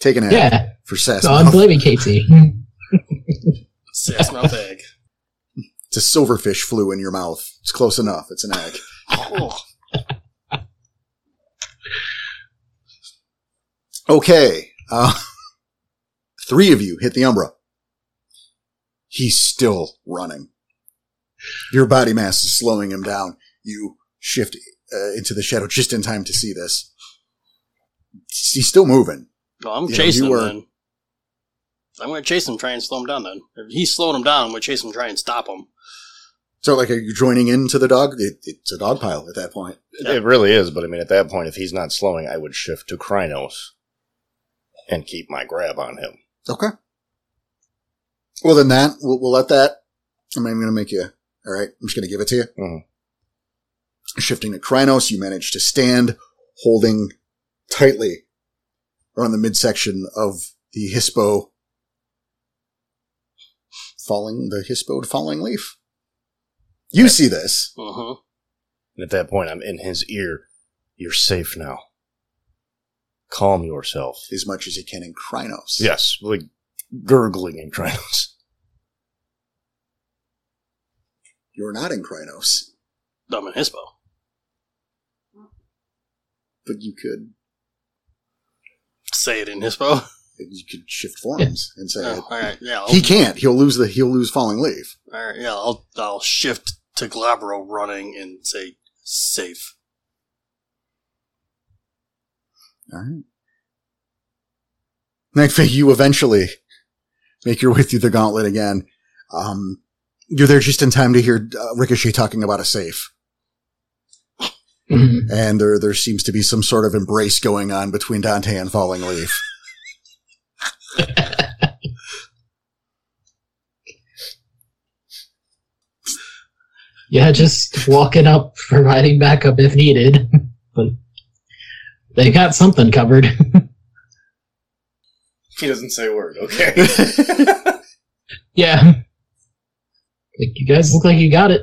Taking it
Yeah,
for sass.
so I'm blaming KT.
Six mouth egg.
It's a silverfish flew in your mouth. It's close enough. It's an egg.
Oh,
Okay. Uh, three of you hit the Umbra. He's still running. Your body mass is slowing him down. You shift uh, into the shadow just in time to see this. He's still moving.
no, I'm
Yeah,
chasing
you
him
were-
then. I'm gonna chase him, try and slow him down. Then if he slowed him down, I'm gonna chase him, try and stop him.
So, like, are you joining into the dog? It, it's a dog pile at that point.
It really is, but I mean, at that point, if he's not slowing, I would shift to Krynos and keep my grab on him.
Okay. Well, then that we'll, we'll let that. I'm going to make you. All right, I'm just going to give it to you.
Mhm.
Shifting to Krynos, you manage to stand, holding tightly around the midsection of the Hispo falling, the Hispo falling leaf. You see this.
Uh-huh.
And at that point, I'm in his ear. You're safe now. Calm yourself.
as much as you can in Krynos.
Yes, like gurgling in Krynos.
You're not in Krynos,
Dumb and Hispo.
but you could
Say it in Hispo.
you could shift forms and say
Oh, all right, yeah. I'll,
he can't. He'll lose the he'll lose falling leaf.
all right, yeah. I'll I'll shift to Glabro running and say safe.
All right. Nightfang, you eventually make your way through the gauntlet again. Um, you're there just in time to hear uh, Ricochet talking about a safe,
Mhm.
and there there seems to be some sort of embrace going on between Dante and Falling Leaf.
yeah, just walking up, providing backup if needed. but they got something covered.
He doesn't say a word, okay?
yeah. Like, you guys look like you got it.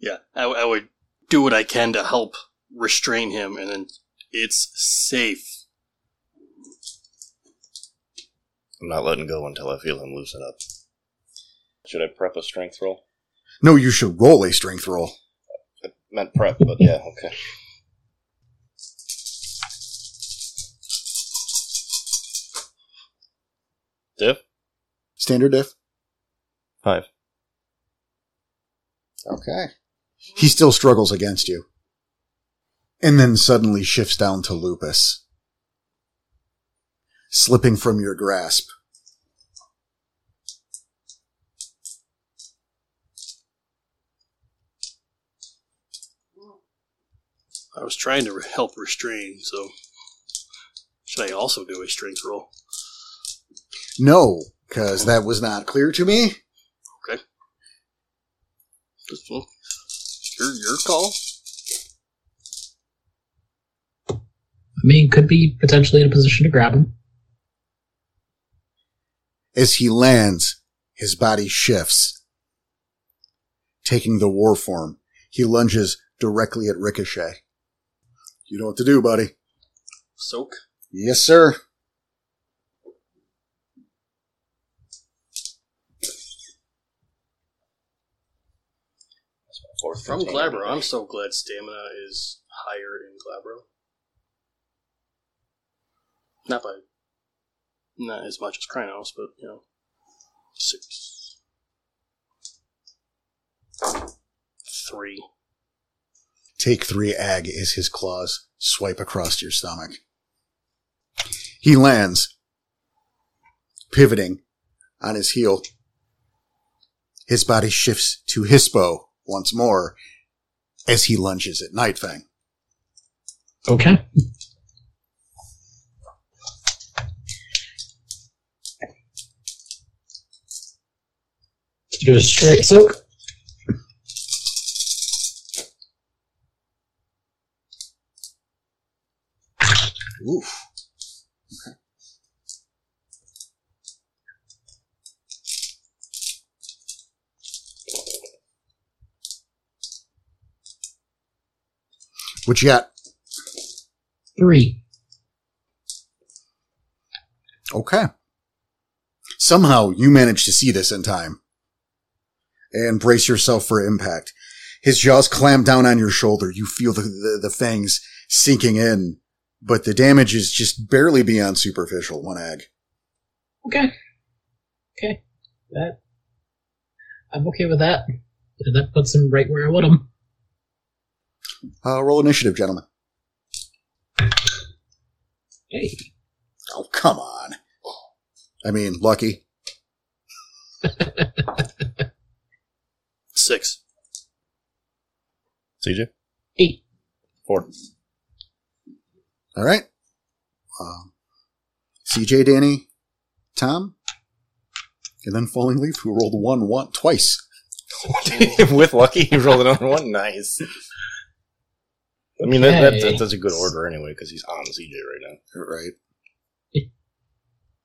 Yeah, I, I would do what I can to help restrain him, and then it's safe.
I'm not letting go until I feel him loosen up. Should I prep a strength roll?
No, you should roll a strength roll.
I meant prep, but yeah, okay. Diff?
Standard diff.
Five.
Okay. He still struggles against you. And then suddenly shifts down to lupus, slipping from your grasp.
I was trying to re- help restrain, so should I also do a strength roll?
No, because that was not clear to me.
This one. Your, your call?
I mean, could be potentially in a position to grab him.
As he lands, his body shifts. Taking the war form, he lunges directly at Ricochet. You know what to do, buddy.
Soak?
Yes, sir.
Or
From
15.
Glabro. I'm so glad stamina is higher in Glabro. Not by. Not as much as Krynos, but, you know. Six. Three.
Take three ag as his claws swipe across your stomach. He lands, pivoting on his heel. His body shifts to Hispo once more as he lunges at Nightfang.
Okay. Do a straight soak.
Oof. What you got?
Three.
Okay. Somehow you manage to see this in time. And brace yourself for impact. His jaws clamp down on your shoulder. You feel the, the, the fangs sinking in, but the damage is just barely beyond superficial. One egg.
Okay. Okay. That. I'm okay with that. That puts him right where I want him.
Uh, roll initiative, gentlemen.
Hey.
Oh, come on. I mean, lucky.
Six.
CJ?
Eight.
Four.
All right. Um, CJ, Danny, Tom, and then Falling Leaf, who rolled one, one twice.
With Lucky, he rolled another one. Nice. I mean, that, that,
Okay.
that, that's a good order anyway, because he's on CJ right now.
Right.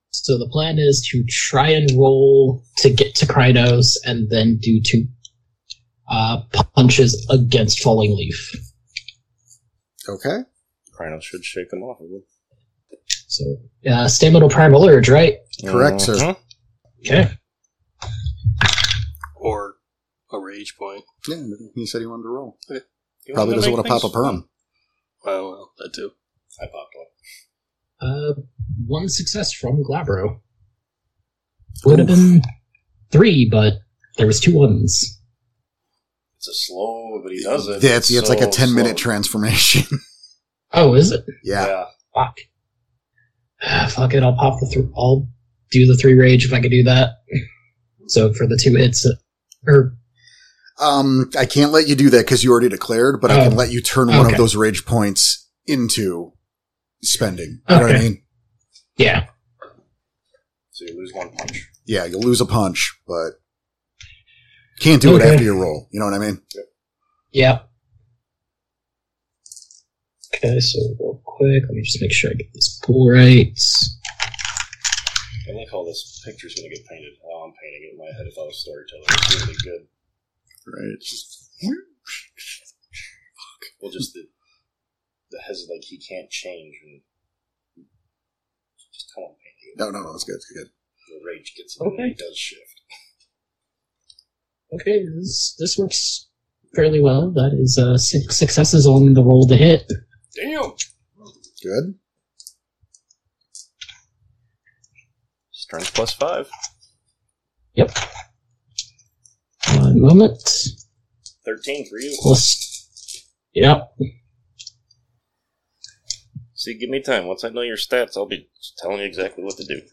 So the plan is to try and roll to get to Krynos and then do two uh, punches against Falling Leaf.
Okay.
Krynos should shake him off a little.
So uh, Stamina Primal Urge, right?
Correct, sir.
Mhm.
Okay.
Or a rage point.
Yeah, he said he wanted to roll.
You
Probably
wanna
doesn't
make
want to pop a
things
perm.
fun?
Well, Oh, well, that too.
I popped one.
Uh, one success from Glabro. Would have been three, but there was two ones.
It's a slow, but he does it.
Yeah, it's, it's like a
so
10 minute
slow.
transformation.
Oh, is it?
yeah.
Fuck. Ah, fuck it. I'll pop the. Th- I'll do the three rage if I can do that. So for the two hits, uh, or
Um, I can't let you do that because you already declared, but I can
Oh.
let you turn one
Okay.
of those rage points into spending. You know what I
Okay.
mean?
yeah,
So you lose one punch.
Yeah, you'll lose a punch, but can't do it
Okay.
after your roll. You know what I mean?
yeah. Okay, so real quick, let me just make sure I get this pool right.
I like how this picture's going to get painted. How I'm painting it in my head if I was a storyteller. It's really good.
Right.
Well, just the the hesi- like he can't change and just how I'm painting it.
No, no, no, it's good. It's good.
rage gets him, and he
Okay.
does shift.
Okay, this this works fairly well. That is uh, six successes on the roll to hit.
Damn.
Good.
Strength plus five.
One moment.
13 for you.
Plus, yep.
See, give me time. Once I know your stats, I'll be telling you exactly what to do.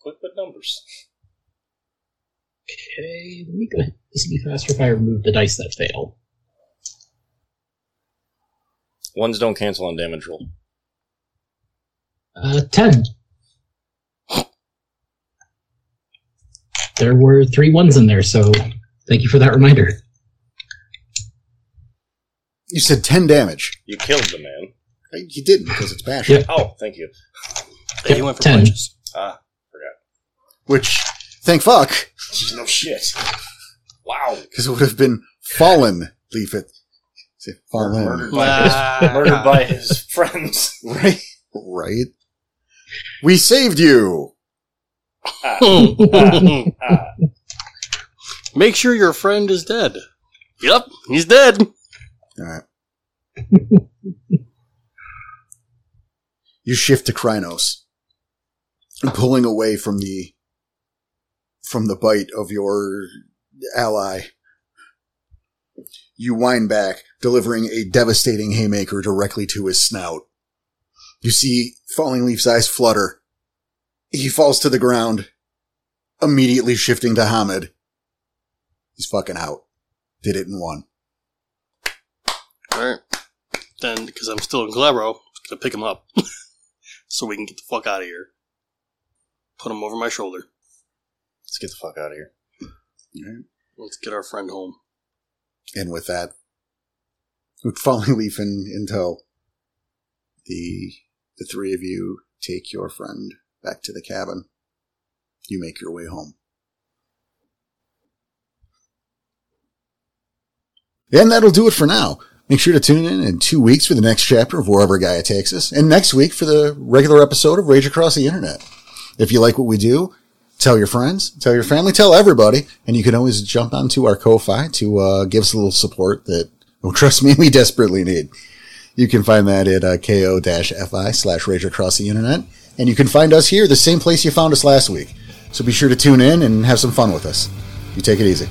Quick with numbers.
Okay, let me go. This would be faster if I remove the dice that fail.
Ones don't cancel on damage roll.
Uh, ten. There were three ones in there, so thank you for that reminder.
You said 10 damage.
You killed the man.
Uh, You didn't because it's bashing.
Yeah.
Oh, thank you.
Hey, you went for
Ten.
punches.
Ah,
Which, thank fuck,
Jeez, no shit.
wow.
because it would have been fallen leaf it. Say, Fallen.
Murdered by his, murdered by his friends.
Right? Right? We saved you!
Uh,
Ah,
Make sure your friend is dead. Yep, he's dead.
Alright. you shift to Krynos. Pulling away from the from the bite of your ally. You wind back, delivering a devastating haymaker directly to his snout. You see Falling Leaf's eyes flutter. He falls to the ground, immediately shifting to Hamid. He's fucking out. Did it in one.
All right. Then, because I'm still in Glabro, I'm gonna pick him up so we can get the fuck out of here. Put him over my shoulder.
Let's get the fuck out of here.
Let's get our friend home.
And with that, with Falling Leaf in, in tow, the, the three of you take your friend back to the cabin. You make your way home. And that'll do it for now. Make sure to tune in in two weeks for the next chapter of Wherever Gaia Takes Us, and next week for the regular episode of Rage Across the Internet. If you like what we do, tell your friends, tell your family, tell everybody, and you can always jump onto our Ko-fi to uh, give us a little support that, oh, trust me, we desperately need. You can find that at uh, ko-fi slash rage across the internet, and you can find us here, the same place you found us last week. So be sure to tune in and have some fun with us. You take it easy.